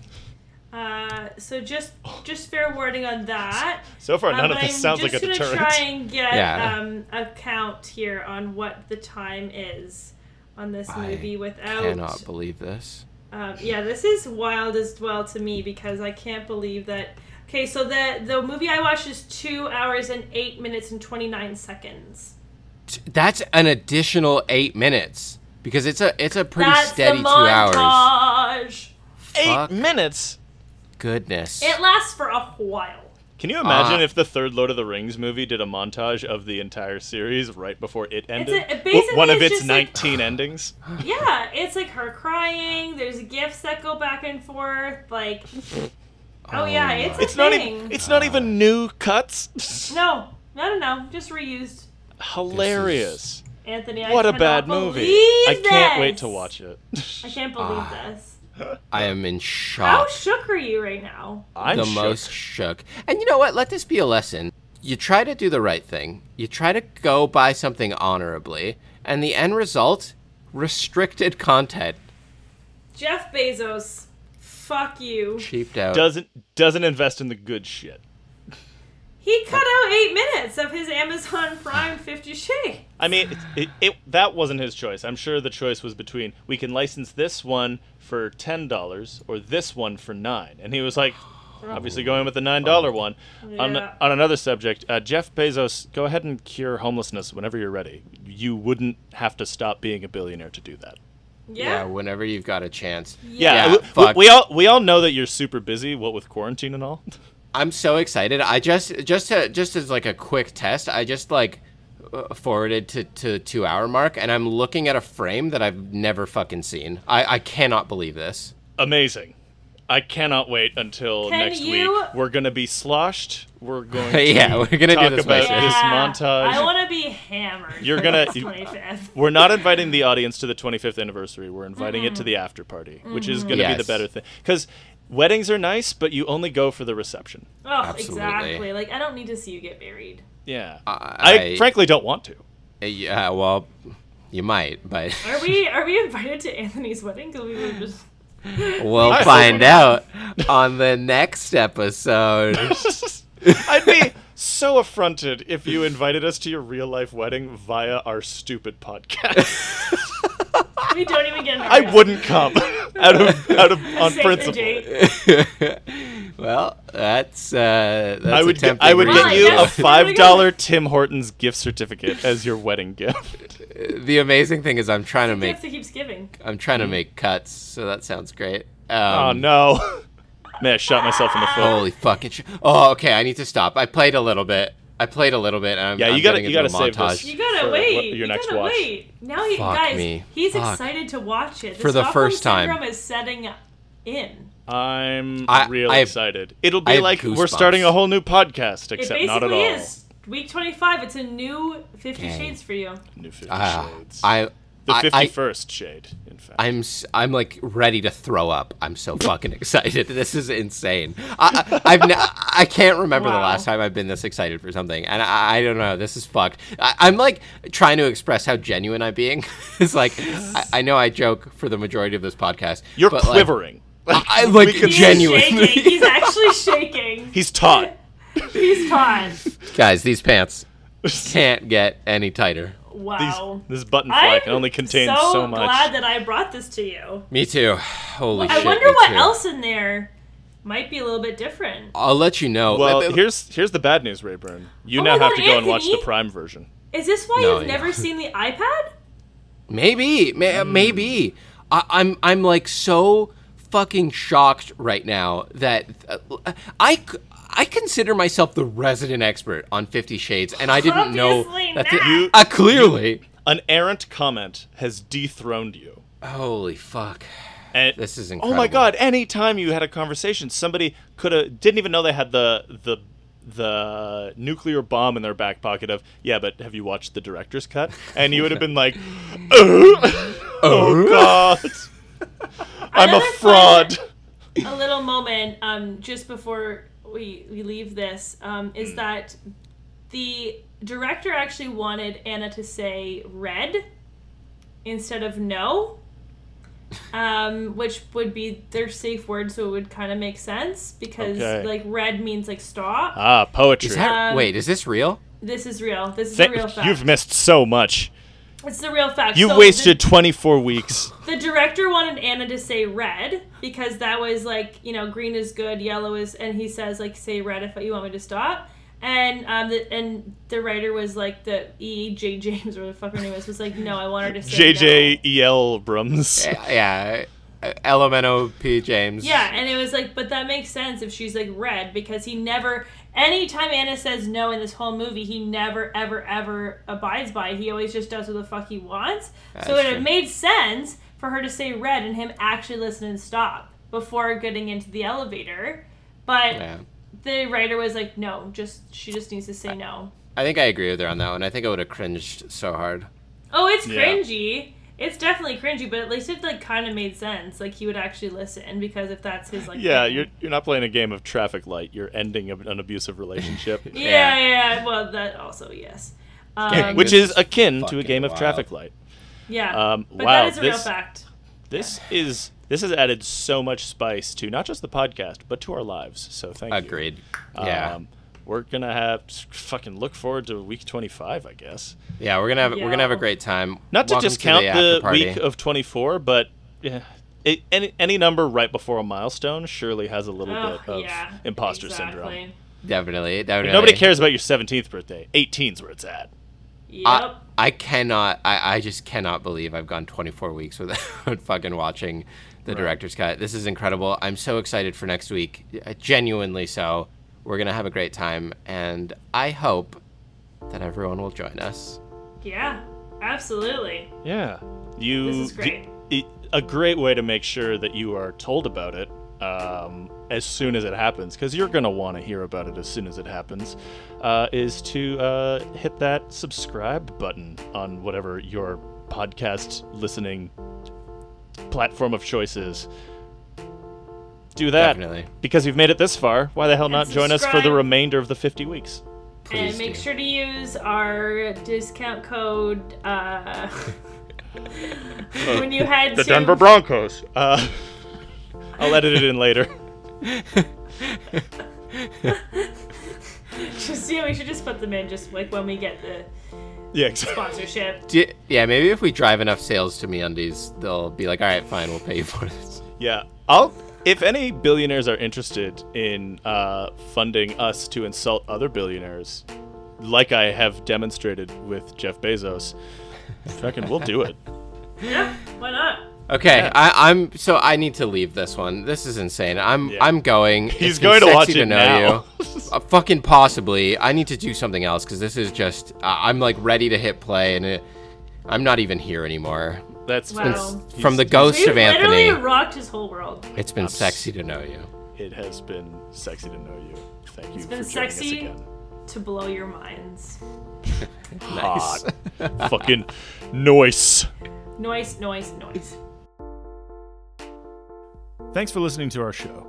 Speaker 2: Uh, so just just fair warning on that.
Speaker 3: So far, none
Speaker 2: Um,
Speaker 3: of this
Speaker 2: I'm
Speaker 3: sounds like a
Speaker 2: just gonna
Speaker 3: deterrent. (laughs)
Speaker 2: try and get
Speaker 1: Yeah.
Speaker 2: um, a count here on what the time is on this
Speaker 1: I
Speaker 2: movie without
Speaker 1: Cannot believe this.
Speaker 2: Um, yeah, this is wild as well to me because I can't believe that. Okay, so the the movie I watched is two hours and eight minutes and twenty nine seconds.
Speaker 1: T- That's an additional 8 minutes because it's a it's a pretty
Speaker 2: That's
Speaker 1: steady
Speaker 2: the
Speaker 1: 2 hours.
Speaker 2: montage.
Speaker 3: Eight
Speaker 1: Fuck.
Speaker 3: minutes.
Speaker 1: Goodness.
Speaker 2: It lasts for a
Speaker 1: (laughs)
Speaker 2: while.
Speaker 3: Can you imagine
Speaker 1: Ah.
Speaker 3: if the third Lord of the Rings movie did a montage of the entire series right before it ended?
Speaker 2: it
Speaker 3: W-
Speaker 2: basically
Speaker 3: One of
Speaker 2: is
Speaker 3: its
Speaker 2: just like- (gasps)
Speaker 3: 19 endings.
Speaker 2: Yeah, it's like her crying. There's gifts that go back and forth. Like, oh yeah, it's a
Speaker 3: It's not
Speaker 2: thing.
Speaker 3: even. It's not even new cuts.
Speaker 2: no, no, no, no, just reused.
Speaker 3: Hilarious.
Speaker 2: Anthony, I
Speaker 3: What a
Speaker 2: cannot
Speaker 3: bad movie.
Speaker 2: believe
Speaker 3: I can't wait
Speaker 2: this.
Speaker 3: to watch it.
Speaker 2: I can't believe
Speaker 1: Ah.
Speaker 2: this.
Speaker 1: I am in
Speaker 2: How
Speaker 1: shock.
Speaker 2: shook are you right now?
Speaker 3: (laughs) I'm
Speaker 1: the
Speaker 3: shook.
Speaker 1: most shook. And you know what? Let this be a lesson. You try to do the right thing. You try to go buy something honorably, and the end result restricted content.
Speaker 2: Jeff Bezos, fuck you.
Speaker 1: Cheaped out.
Speaker 3: doesn't doesn't invest in the good shit.
Speaker 2: He cut out eight minutes of his Amazon Prime 50 Shade.
Speaker 3: I mean, it, it, it that wasn't his choice. I'm sure the choice was between we can license this one for ten dollars or this one for nine, and he was like, obviously going with the nine dollar one. On,
Speaker 2: Yeah.
Speaker 3: on another subject, uh, Jeff Bezos, go ahead and cure homelessness whenever you're ready. You wouldn't have to stop being a billionaire to do that.
Speaker 1: yeah,
Speaker 2: Yeah.
Speaker 1: whenever you've got a chance.
Speaker 3: Yeah,
Speaker 1: Yeah,
Speaker 3: we- we-
Speaker 1: fuck.
Speaker 3: we, all we all know that you're super busy. What with quarantine and all. (laughs)
Speaker 1: I'm so excited. I just just to, just as like a quick test, I just like uh, forwarded to to two hour mark, and I'm looking at a frame that I've never fucking seen. I I cannot believe this.
Speaker 3: Amazing. I cannot wait until
Speaker 2: Can
Speaker 3: next
Speaker 2: you-
Speaker 3: week. We're gonna be sloshed. We're going to
Speaker 1: Yeah, we're gonna do
Speaker 3: talk
Speaker 1: this
Speaker 3: about
Speaker 1: myself.
Speaker 3: this montage.
Speaker 2: I want to be hammered.
Speaker 3: You're
Speaker 2: for (laughs)
Speaker 3: gonna-
Speaker 2: this
Speaker 3: you-
Speaker 2: 25th.
Speaker 1: (laughs)
Speaker 3: We're not inviting the audience to the 25th anniversary. We're inviting it to the after party, which is going to be
Speaker 1: Yes.
Speaker 3: the better thing. Because weddings are nice, but you only go for the reception.
Speaker 2: Oh,
Speaker 1: Absolutely.
Speaker 2: exactly. Like I don't need to see you get married.
Speaker 3: Yeah.
Speaker 1: I-
Speaker 3: frankly don't want to. (laughs)
Speaker 1: Uh, Yeah, well, you might, but
Speaker 2: Are we are we invited to Anthony's wedding? 'Cause we were just
Speaker 1: we'll
Speaker 3: I-
Speaker 1: find out on the next episode. (laughs)
Speaker 3: I'd be so affronted if you invited us to your real life wedding via our stupid podcast.
Speaker 2: we don't even get married.
Speaker 3: I wouldn't come out of out of on
Speaker 2: Save the
Speaker 3: principle.
Speaker 2: date.
Speaker 1: well, Well, that's uh, that's
Speaker 3: I
Speaker 1: a
Speaker 3: would g-
Speaker 1: tempting
Speaker 3: I would get
Speaker 2: Right,
Speaker 3: you a
Speaker 2: yes, there we
Speaker 3: five
Speaker 2: go.
Speaker 3: dollar Tim Hortons gift certificate as your wedding gift.
Speaker 1: The amazing thing is I'm trying to make
Speaker 2: Gift that keeps giving.
Speaker 1: I'm trying to make cuts, so that sounds great. Um,
Speaker 3: Hmm. oh no, (laughs) man, I shot myself in the foot.
Speaker 1: Holy fucking! Sh- oh, okay. I need to stop. I played a little bit. I played a little bit. And I'm,
Speaker 3: Yeah,
Speaker 1: I'm
Speaker 3: you gotta-
Speaker 1: getting
Speaker 3: you
Speaker 1: into
Speaker 3: gotta
Speaker 1: a
Speaker 3: save
Speaker 1: montage.
Speaker 3: this.
Speaker 2: You gotta
Speaker 3: For
Speaker 2: wait.
Speaker 3: what- your
Speaker 2: you
Speaker 3: next
Speaker 2: gotta
Speaker 3: watch.
Speaker 2: wait. Now he
Speaker 1: Fuck
Speaker 2: guys,
Speaker 1: me.
Speaker 2: he's
Speaker 1: Fuck.
Speaker 2: excited to watch it. The
Speaker 1: For the
Speaker 2: Stockholm
Speaker 1: first time.
Speaker 2: syndrome is setting in.
Speaker 3: I'm
Speaker 1: I-
Speaker 3: real
Speaker 1: I have-
Speaker 3: excited. It'll
Speaker 1: I
Speaker 3: be
Speaker 1: have
Speaker 3: like we're
Speaker 1: goosebumps.
Speaker 3: starting a whole new podcast,
Speaker 2: It
Speaker 3: except
Speaker 2: basically
Speaker 3: not at all.
Speaker 2: is. Week twenty five. It's a new Fifty
Speaker 1: Dang.
Speaker 2: Shades for you.
Speaker 3: New Fifty
Speaker 1: Ah,
Speaker 3: Shades.
Speaker 1: I
Speaker 3: the
Speaker 1: I- I-
Speaker 3: fifty-first shade, in fact.
Speaker 1: I'm s- I'm like ready to throw up. I'm so fucking (laughs) excited. This is insane. I, I- I've n- I can't remember the
Speaker 2: Wow.
Speaker 1: last time I've been this excited for something, and I, I don't know. This is fucked. I, I'm like trying to express how genuine I'm being. (laughs) it's like I, I know I joke for the majority of this podcast.
Speaker 3: You're
Speaker 1: but, like,
Speaker 3: quivering.
Speaker 1: I like
Speaker 3: could-
Speaker 2: He's
Speaker 1: genuinely,
Speaker 2: shaking. (laughs) He's
Speaker 1: (laughs)
Speaker 2: actually shaking.
Speaker 3: He's taut.
Speaker 2: He's fine.
Speaker 1: guys. These
Speaker 3: (laughs)
Speaker 1: pants
Speaker 3: These-
Speaker 1: can't get any tighter.
Speaker 2: Wow.
Speaker 3: this button fly
Speaker 2: I'm
Speaker 3: can only contain
Speaker 2: so,
Speaker 3: so, much.
Speaker 2: glad that I brought this to you.
Speaker 1: Me too. Holy shit.
Speaker 2: I wonder
Speaker 1: me
Speaker 2: what
Speaker 1: too.
Speaker 2: else in there might be a little bit different.
Speaker 1: I'll let you know.
Speaker 3: well,
Speaker 1: Uh, but-
Speaker 3: here's here's the bad news, Rayburn. You
Speaker 2: Oh
Speaker 3: now
Speaker 2: my
Speaker 3: have
Speaker 2: God,
Speaker 3: to go and watch the
Speaker 2: Anthony?
Speaker 3: Prime version.
Speaker 2: Is this why
Speaker 1: No,
Speaker 2: you've
Speaker 1: yeah.
Speaker 2: never seen the iPad?
Speaker 1: Maybe, may, maybe. I, I'm I'm like so fucking shocked right now that uh, I c- I consider myself the resident expert on Fifty Shades, and I didn't know
Speaker 2: Obviously
Speaker 1: that.
Speaker 2: not.
Speaker 3: You-
Speaker 1: uh, clearly,
Speaker 3: An errant comment has dethroned you.
Speaker 1: holy fuck!
Speaker 3: And
Speaker 1: This is
Speaker 3: Oh my
Speaker 1: incredible.
Speaker 3: god, any time you had a conversation, somebody could have didn't even know they had the the the nuclear bomb in their back pocket of, yeah, but have you watched the director's cut? And you would have been like, (laughs) "Oh
Speaker 1: Uh-huh.
Speaker 3: god.
Speaker 2: (laughs)
Speaker 3: I'm a
Speaker 2: Another fun-
Speaker 3: fraud."
Speaker 2: a little moment um, just before we, we leave this um,
Speaker 3: Hmm.
Speaker 2: is that the director actually wanted Anna to say red instead of no, um, which would be their safe word, so it would kind of make sense because
Speaker 3: Okay.
Speaker 2: like red means like stop.
Speaker 3: Ah, poetry.
Speaker 1: Is that
Speaker 2: Um,
Speaker 1: wait? Is this
Speaker 2: (laughs)
Speaker 1: real?
Speaker 2: this is real. This is
Speaker 3: Th-
Speaker 2: the real fact.
Speaker 3: You've missed so much.
Speaker 2: it's the real fact.
Speaker 3: You
Speaker 2: So the-
Speaker 3: wasted 24
Speaker 2: (laughs)
Speaker 3: weeks.
Speaker 2: The director wanted Anna to say red because that was like, you know, green is good, yellow is, and he says like, say red if you want me to stop. And um, the, and the writer was like the E J James or the fuck her name is was like, no, I want her to say no."
Speaker 3: JJ EL E Brums.
Speaker 1: Yeah, uh, LMNOP James.
Speaker 2: Yeah, and it was like, but that makes sense if she's like red because he never, anytime Anna says no in this whole movie, he never, ever, ever abides by. it. He always just does what the fuck he wants. so
Speaker 1: That's
Speaker 2: it
Speaker 1: true.
Speaker 2: made sense for her to say red and him actually listen and stop before getting into the elevator. But
Speaker 1: Yeah.
Speaker 2: the writer was like, no, just she just needs to say no.
Speaker 1: I think I agree with her on that one. I think I would have cringed so hard.
Speaker 2: Oh, it's
Speaker 3: Yeah.
Speaker 2: cringy. It's definitely cringy, but at least it like kind of made sense. Like he would actually listen because if that's his like
Speaker 3: (laughs) Yeah,
Speaker 2: thing-
Speaker 3: you're you're not playing a game of traffic light. You're ending ab- an
Speaker 1: (laughs)
Speaker 3: abusive relationship,
Speaker 2: Yeah, yeah. Well, that also yes.
Speaker 1: Yeah,
Speaker 2: Um,
Speaker 3: which
Speaker 1: This
Speaker 3: is akin to
Speaker 1: fucking
Speaker 3: a game of
Speaker 1: wild.
Speaker 3: traffic light.
Speaker 2: yeah.
Speaker 3: um,
Speaker 2: but
Speaker 3: wow,
Speaker 2: that is a real
Speaker 3: this-
Speaker 2: fact.
Speaker 3: This is this has added so much spice to not just the podcast but to our lives. So thank
Speaker 1: Agreed.
Speaker 3: you.
Speaker 1: Yeah.
Speaker 3: Um, we're gonna have fucking look forward to week 25, I guess.
Speaker 1: yeah, we're gonna have we're gonna have a
Speaker 2: Yo.
Speaker 1: great time.
Speaker 3: Not to
Speaker 1: Welcome
Speaker 3: discount
Speaker 1: after
Speaker 3: the,
Speaker 1: party.
Speaker 3: week of 24, but yeah, it, any any number right before a milestone surely has a little
Speaker 2: Oh,
Speaker 3: bit of
Speaker 2: yeah,
Speaker 3: um, imposter
Speaker 2: exactly.
Speaker 3: syndrome.
Speaker 1: Definitely, definitely.
Speaker 3: Nobody cares about your 17th birthday. 18's where it's at.
Speaker 2: Yep.
Speaker 1: I, I cannot. I, I just cannot believe I've gone 24 weeks without (laughs) fucking watching the director's cut. This is incredible. I'm so excited for next week. Uh, Genuinely so. We're gonna have a great time, and I hope that everyone will join us.
Speaker 2: yeah. Absolutely.
Speaker 3: Yeah. You
Speaker 2: This is great.
Speaker 3: the- i- a great way to make sure that you are told about it um, as soon as it happens, because you're gonna want to hear about it as soon as it happens, uh, is to uh, hit that subscribe button on whatever your podcast listening platform of choice is. Do that
Speaker 1: Definitely.
Speaker 3: because you've made it this far. Why the hell not join us for the
Speaker 2: subscribe.
Speaker 3: remainder of the 50 weeks?
Speaker 1: Please
Speaker 2: and make
Speaker 1: do.
Speaker 2: sure to use our discount code
Speaker 3: (laughs)
Speaker 2: uh, when you head to (laughs)
Speaker 3: Broncos. Uh, (laughs) I'll edit it in later. (laughs)
Speaker 2: Just, yeah, we should just put them in just like when we get the
Speaker 3: Yeah, exactly.
Speaker 2: sponsorship.
Speaker 1: Do you- yeah, maybe if we drive enough sales to MeUndies, they'll be like, "All right, fine, we'll pay you for this."
Speaker 3: Yeah, I'll if any billionaires are interested in uh, funding us to insult other billionaires, like I have demonstrated with Jeff Bezos, fucking we'll do
Speaker 1: (laughs)
Speaker 3: it.
Speaker 2: yeah, why not?
Speaker 1: Okay, I, I'm so I need to leave this one. This is insane. I'm
Speaker 3: Yeah.
Speaker 1: I'm going.
Speaker 3: He's
Speaker 1: It's been
Speaker 3: going to
Speaker 1: sexy
Speaker 3: watch it now. (laughs)
Speaker 1: you. uh, fucking possibly. I need to do something else because this is just. I I'm like ready to hit play and it, I'm not even here anymore.
Speaker 3: That's
Speaker 2: Wow.
Speaker 3: that's-
Speaker 1: From the
Speaker 3: he's-
Speaker 1: ghost
Speaker 2: You
Speaker 1: of
Speaker 2: literally
Speaker 1: Anthony,
Speaker 2: rocked his whole world.
Speaker 1: it's been
Speaker 3: Ups.
Speaker 1: sexy to know you.
Speaker 3: It has been sexy to know you. Thank you
Speaker 2: been
Speaker 3: for joining
Speaker 2: sexy.
Speaker 3: us again.
Speaker 2: To blow your minds.
Speaker 1: Nice.
Speaker 3: Hot fucking noise.
Speaker 2: Noise, noise, noise.
Speaker 3: Thanks for listening to our show.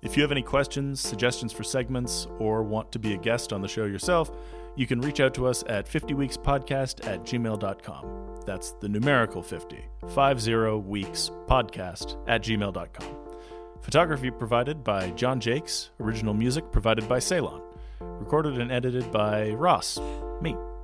Speaker 3: If you have any questions, suggestions for segments, or want to be a guest on the show yourself, you can reach out to us at 50weekspodcast at gmail.com. That's the numerical 50, 50 weeks podcast at gmail.com. Photography provided by John Jakes, original music provided by Ceylon, recorded and edited by Ross, me.